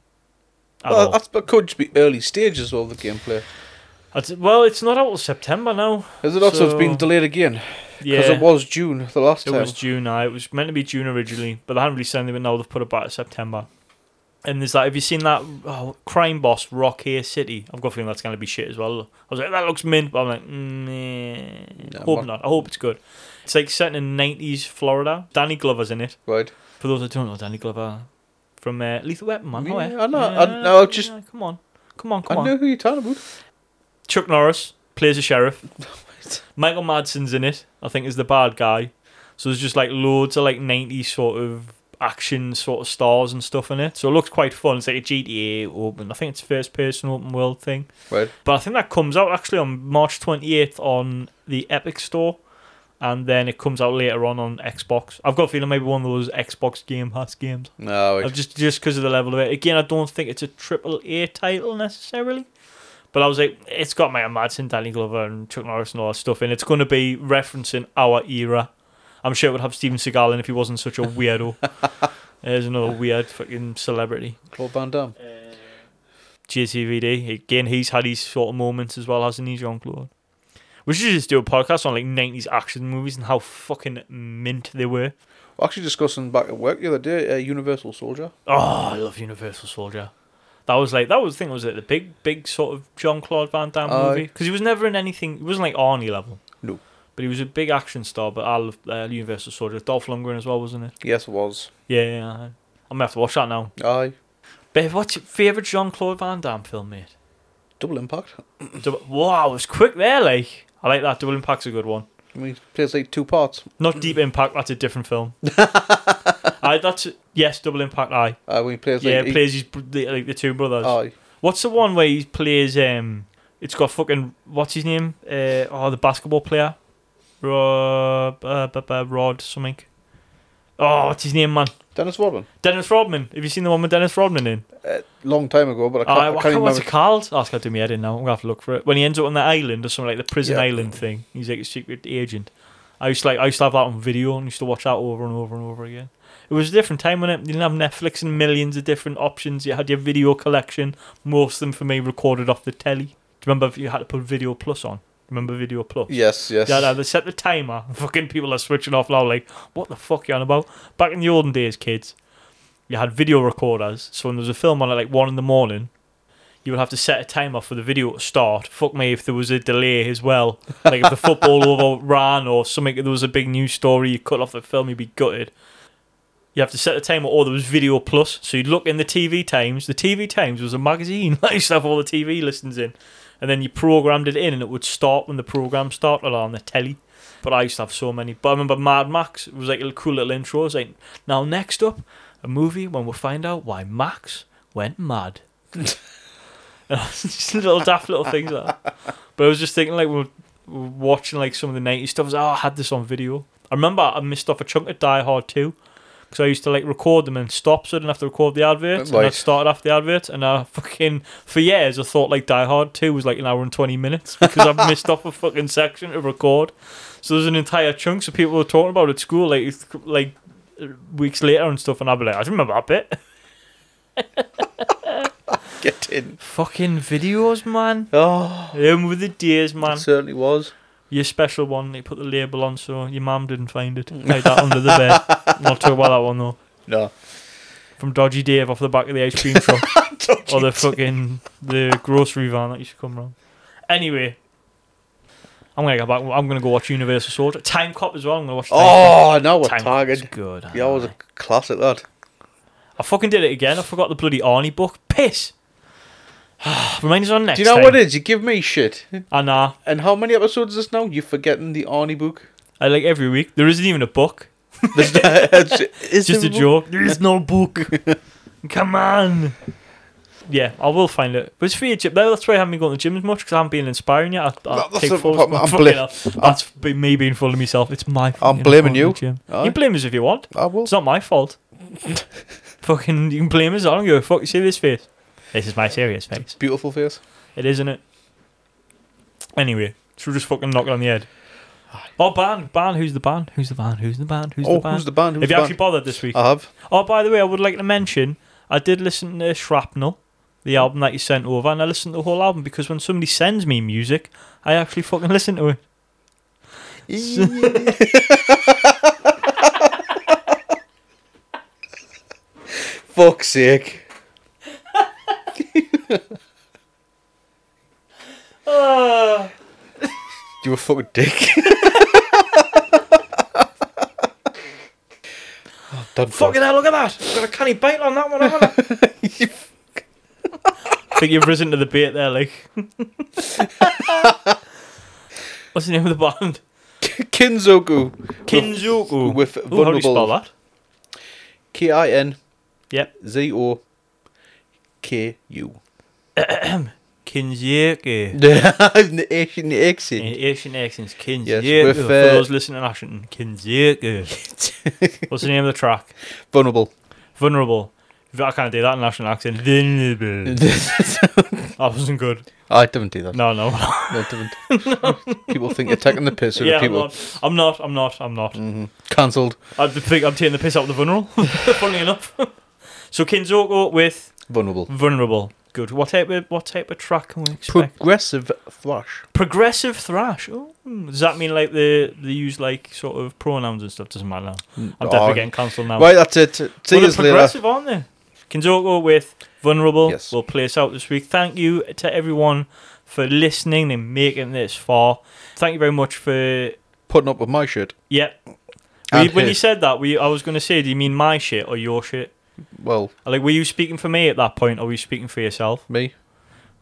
S1: at
S3: well,
S1: all.
S3: that's but could just be early stages of the gameplay.
S1: That's- well, it's not out till September now.
S3: Is it also it's been
S1: So-
S3: delayed again?
S1: Yeah,
S3: Because it was June the last
S1: It
S3: time.
S1: was June. aye. It was meant to be June originally, but they hadn't really signed it. But now they've put it back to September. And there's that. Have you seen that oh, crime boss Rock Here City? I've got a feeling that's going to be shit as well. I was like, that looks mint, but I'm like, mm,
S3: No,
S1: nah, hope
S3: what-
S1: not. I hope it's good. It's like set in '90s Florida. Danny Glover's in it.
S3: Right.
S1: For those that don't know, Danny Glover from uh, Lethal Weapon, man.
S3: Yeah,
S1: oh, eh?
S3: I know. I- no, I just-
S1: yeah, come on, come on, come
S3: I
S1: on.
S3: know who you're talking about.
S1: Chuck Norris plays a sheriff. Michael Madsen's in it, I think, is the bad guy. So there's just like loads of like 90s sort of action sort of stars and stuff in it. So it looks quite fun. It's like a GTA open. I think it's first person open world thing.
S3: Right.
S1: But I think that comes out actually on March 28th on the Epic Store. And then it comes out later on on Xbox. I've got a feeling maybe one of those Xbox Game Pass games.
S3: No,
S1: I've
S3: right.
S1: just just because of the level of it. Again, I don't think it's a triple A title necessarily, but I was like, it's got Michael Madsen, Danny Glover, and Chuck Norris and all that stuff in. It's going to be referencing our era. I'm sure it would have Steven Seagal in if he wasn't such a weirdo. There's another weird fucking celebrity.
S3: Claude Van Damme.
S1: JCVD again. He's had his sort of moments as well, hasn't he, Jean Claude? We should just do a podcast on like '90s action movies and how fucking mint they were.
S3: We're actually discussing back at work the other day, uh, Universal Soldier.
S1: Oh, I love Universal Soldier. That was like that was the thing. Was it the big, big sort of Jean Claude Van Damme
S3: Aye.
S1: movie? Because he was never in anything. He wasn't like Arnie level.
S3: Uh, No.
S1: But he was a big action star. But I love uh, Universal Soldier. Dolph Lundgren as well, wasn't it?
S3: Yes, it was.
S1: Yeah, yeah. aye. I'm gonna have to watch that now.
S3: Aye.
S1: Babe, what's your favorite Jean Claude Van Damme film, mate?
S3: Double Impact.
S1: Dou- wow, it was quick there, like. I like that. Double Impact's a good one.
S3: I mean, he plays like two parts.
S1: Not Deep Impact. That's a different film. I that's yes, Double Impact. Aye.
S3: Uh, when he plays like.
S1: Yeah, it
S3: he- Oh,
S1: plays his br- the, like the two brothers.
S3: Aye.
S1: What's the one where he plays? Um, it's got fucking what's his name? Uh, oh, the basketball player, Rob, uh, bu- bu- Rod something. Oh, what's his name, man?
S3: Dennis Rodman.
S1: Dennis Rodman. Have you seen the one with Dennis Rodman in?
S3: Long time ago, but I
S1: Oh,
S3: can't,
S1: I,
S3: I
S1: I
S3: can't
S1: can't
S3: even
S1: what's
S3: remember.
S1: it called? Oh, it's got to do me head in now. I'm gonna have to look for it. When he ends up on that island or something like the prison
S3: Yeah.
S1: island thing, he's like a secret agent. I used to like I used to have that on video and used to watch that over and over and over again. It was a different time when it you didn't have Netflix and millions of different options. You had your video collection, most of them for me recorded off the telly. Do you remember if you had to put Video Plus on? Remember Video Plus?
S3: Yes, yes.
S1: Yeah, no, they set the timer. Fucking people are switching off now. Like, what the fuck you on about? Back in the olden days, kids, you had video recorders. So when there was a film on at like one in the morning, you would have to set a timer for the video to start. Fuck me if there was a delay as well. Like if the football overran or something, there was a big news story, you cut off the film, you'd be gutted. You have to set a timer, or there was Video Plus. So you'd look in the TV Times. The TV Times was a magazine. I used to have all the TV listings in and then you programmed it in, and it would start when the program started on the telly. But I used to have so many. But I remember Mad Max. It was like a cool little intro. It was like, now next up, a movie when we find out why Max went mad. and I was just little daft little things like that. But I was just thinking like we were we were watching like some of the '90s stuff. I was like, oh, I had this on video. I remember I missed off a chunk of Die Hard too. Because I used to like record them and stop, so I didn't have to record the adverts. And I
S3: Right.
S1: started off the adverts, and I fucking for years I thought like Die Hard Two was like an hour and twenty minutes because I missed off a fucking section to record. So there's an entire chunk of people were talking about at school like it's- like uh, weeks later and stuff, and I'd be like, I don't remember that bit.
S3: Get in.
S1: Fucking videos, man.
S3: Oh,
S1: Um, with the days, man.
S3: it certainly was.
S1: Your special one, they put the label on, so your mum didn't find it.
S3: Mm.
S1: Hide that under the bed. Not too well that one though.
S3: No.
S1: From Dodgy Dave off the back of the ice cream truck, or the fucking the grocery van that used to come round. Anyway, I'm gonna go back. I'm gonna go watch Universal Soldier. Time Cop as well. I'm gonna watch. Time Cop.
S3: Oh, now we're
S1: Time Cop's
S3: targeted.
S1: good.
S3: Yeah, I was a classic, that.
S1: I fucking did it again. I forgot the bloody Arnie book. Piss. Remind us on next.
S3: Do you know
S1: time. Ah,
S3: what it is? You give me shit.
S1: I know.
S3: And how many episodes is this now? You're forgetting the Arnie book.
S1: I like every week. There isn't even a book.
S3: There's no- is
S1: Just
S3: there
S1: a
S3: book?
S1: joke. There is no book. Come on. Yeah, I will find it. But it's for your gym. No, That's why I haven't been going to the gym as much because I haven't been inspiring yet. I, I
S3: That- that's
S1: take
S3: the
S1: full
S3: problem. I'm
S1: fucking
S3: bla-
S1: hell. That's be- me being full of myself. It's my fucking
S3: blaming
S1: fault in
S3: you.
S1: the gym.
S3: Aye.
S1: You blame us if you want.
S3: I will.
S1: It's not my fault. fucking, you can blame us. I don't give a fuck. You see this face? This is my serious face.
S3: Beautiful face.
S1: It is, isn't it? Anyway, should we just fucking knock it on the head? Oh, band, band, who's the band? Who's the band? Who's the band? Who's
S3: oh,
S1: the band?
S3: who's the band? Who's
S1: Have
S3: the
S1: you actually
S3: band?
S1: bothered this week?
S3: I have.
S1: oh, by the way, I would like to mention I did listen to Shrapnel. the album that you sent over, and I listen to the whole album because when somebody sends me music, I actually fucking listen to it.
S3: Fuck's sake.
S1: Ah,
S3: You a fucking dick. oh, done for.
S1: Fucking hell, look at that! I've got a canny bait on that one, haven't I? think you've risen to the bait there, like. What's the name of the band?
S3: Kinzoku.
S1: Kinzoku.
S3: With
S1: Ooh, how do you spell
S3: vulnerable.
S1: that?
S3: K I N
S1: Yep.
S3: Z O K U.
S1: Kinzoku.
S3: The Asian
S1: In
S3: accent.
S1: Asian accents, Kinzoku.
S3: Yes, with,
S1: For
S3: uh,
S1: those listening in Ashton, Kinzoku. What's the name of the track?
S3: Vulnerable.
S1: Vulnerable. I can't do that in national accent. Vulnerable. That wasn't good.
S3: I don't do that.
S1: No, no.
S3: I don't. people think you're taking the piss out
S1: yeah,
S3: of
S1: I'm
S3: people.
S1: not. I'm not. I'm not. I'm not.
S3: Cancelled.
S1: I think I'm taking the piss out of the vulnerable. Funny enough. so Kinzoko with
S3: Vulnerable.
S1: vulnerable. Good. What type of what type of track can we expect?
S3: Progressive thrash.
S1: Progressive thrash. Oh, hmm. does that mean like they they use like sort of pronouns and stuff? Doesn't matter. I'm
S3: Oh.
S1: definitely getting cancelled now.
S3: Right, that's it. See
S1: well,
S3: you
S1: they're
S3: later.
S1: progressive, aren't they? Kinzoko with vulnerable.
S3: Yes.
S1: We'll play us out this week. Thank you to everyone for listening and making this far. Thank you very much for
S3: Putting up with my shit.
S1: Yep.
S3: And
S1: We, when you
S3: his.
S1: said that, we I was going to say, do you mean my shit or your shit?
S3: Well,
S1: Like, were you speaking for me at that point, or were you speaking for yourself?
S3: me.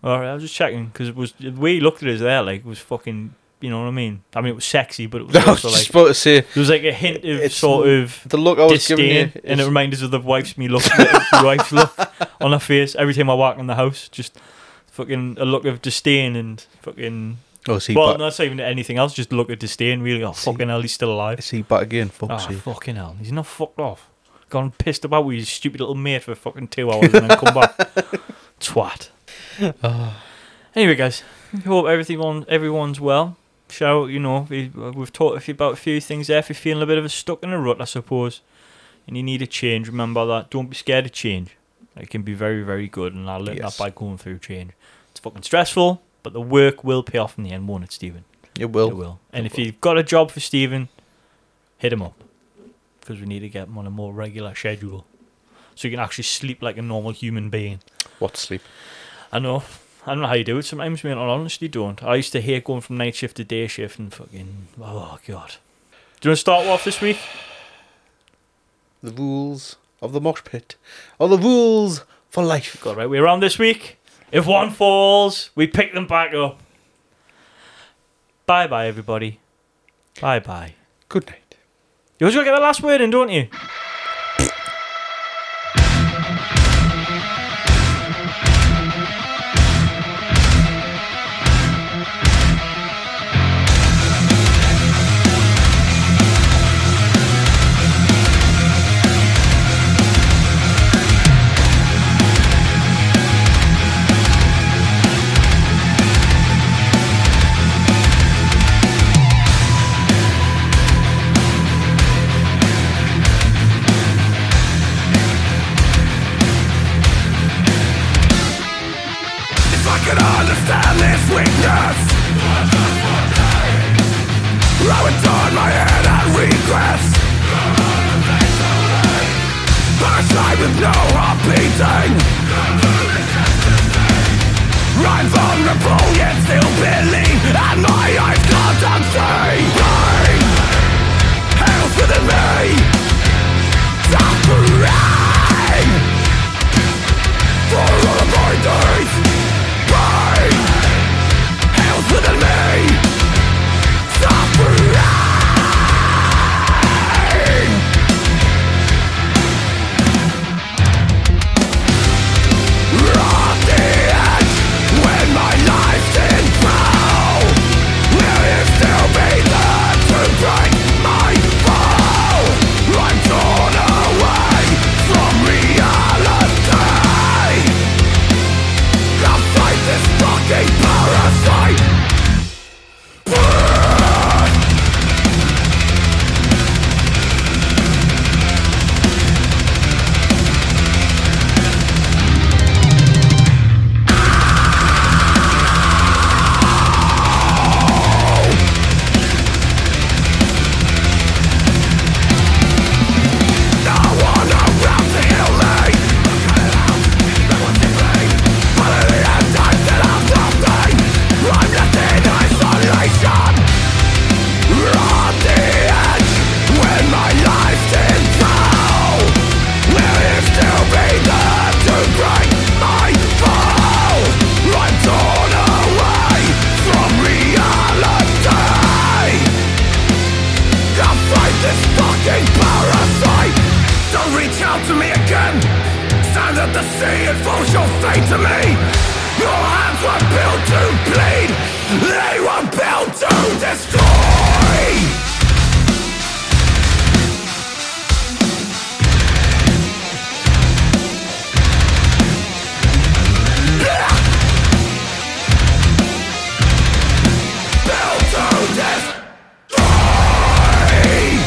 S1: All right, I was just checking because it was the way you looked at us there, like it was fucking, you know what I mean? I mean, it was sexy, but it was
S3: I was
S1: also
S3: just
S1: like
S3: about to say
S1: there was like a hint of
S3: It's-
S1: sort of
S3: the look I was giving you.
S1: disdain, and it
S3: is-
S1: reminded us of the wife's me look, the wife's look on her face every time I walk in the house, just fucking a look of disdain and fucking.
S3: oh, is he
S1: Well,
S3: back?
S1: no, it's not even anything else, just a look of disdain. Really, oh fucking hell, he's still alive.
S3: Is he back again? Fuck's
S1: Ah,
S3: sake.
S1: fucking hell. He's not fucked off. Gone pissed about with his stupid little mate for fucking two hours and then come back. Twat. Anyway, guys, we hope everything on, everyone's well. Shout out, you know, we, we've talked a few- about a few things there. If you're feeling a bit of a stuck in a rut, I suppose, and you need a change, remember that. Don't be scared of change. It can be very, very good, and I learned
S3: Yes.
S1: that by going through change. It's fucking stressful, but the work will pay off in the end, won't it, Stephen?
S3: It will.
S1: It will. And if you've got a job for Stephen, hit him up because we need to get him on a more regular schedule so you can actually sleep like a normal human being.
S3: What sleep?
S1: I know. I don't know how you do it sometimes, mate. I honestly don't. I used to hate going from night shift to day shift and fucking. Oh, God. Do you want to start off this week?
S3: The rules of the mosh pit are the rules for life.
S1: All right, we're on this week. If one falls, we pick them back up. Bye bye, everybody. Bye bye.
S3: Good night.
S1: You always got to get the last word in, don't you?
S4: If I could understand this weakness I would turn my head and regress Parasite with no heart beating I'm vulnerable yet still believe And my eyes can't unsee Pain Hell's within me Suffering For all of my days pain Hell's within me Suffering On the edge When my life's in foul Will it still be there to break my fall? again Stand at the sea and force your fate to me Your hands were built to bleed They were built to destroy Built to destroy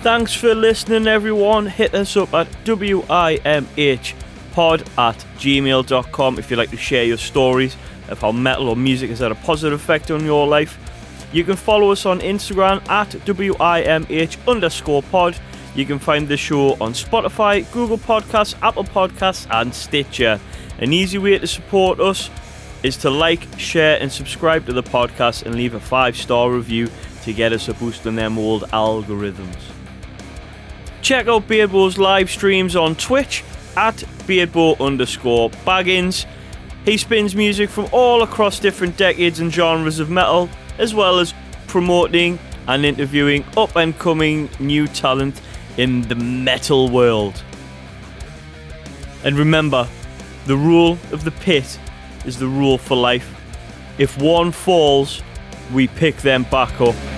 S1: Thanks for listening, everyone. Hit us up at wimhpod at gmail.com if you'd like to share your stories of how metal or music has had a positive effect on your life. You can follow us on Instagram at wimh underscore pod. You can find the show on Spotify, Google Podcasts, Apple Podcasts, and Stitcher. An easy way to support us is to like, share, and subscribe to the podcast and leave a five star review to get us a boost in them old algorithms. Check out Beardbo's live streams on Twitch at Beardbo underscore Baggins. He spins music from all across different decades and genres of metal, as well as promoting and interviewing up and coming new talent in the metal world. And remember, the rule of the pit is the rule for life. If one falls, we pick them back up.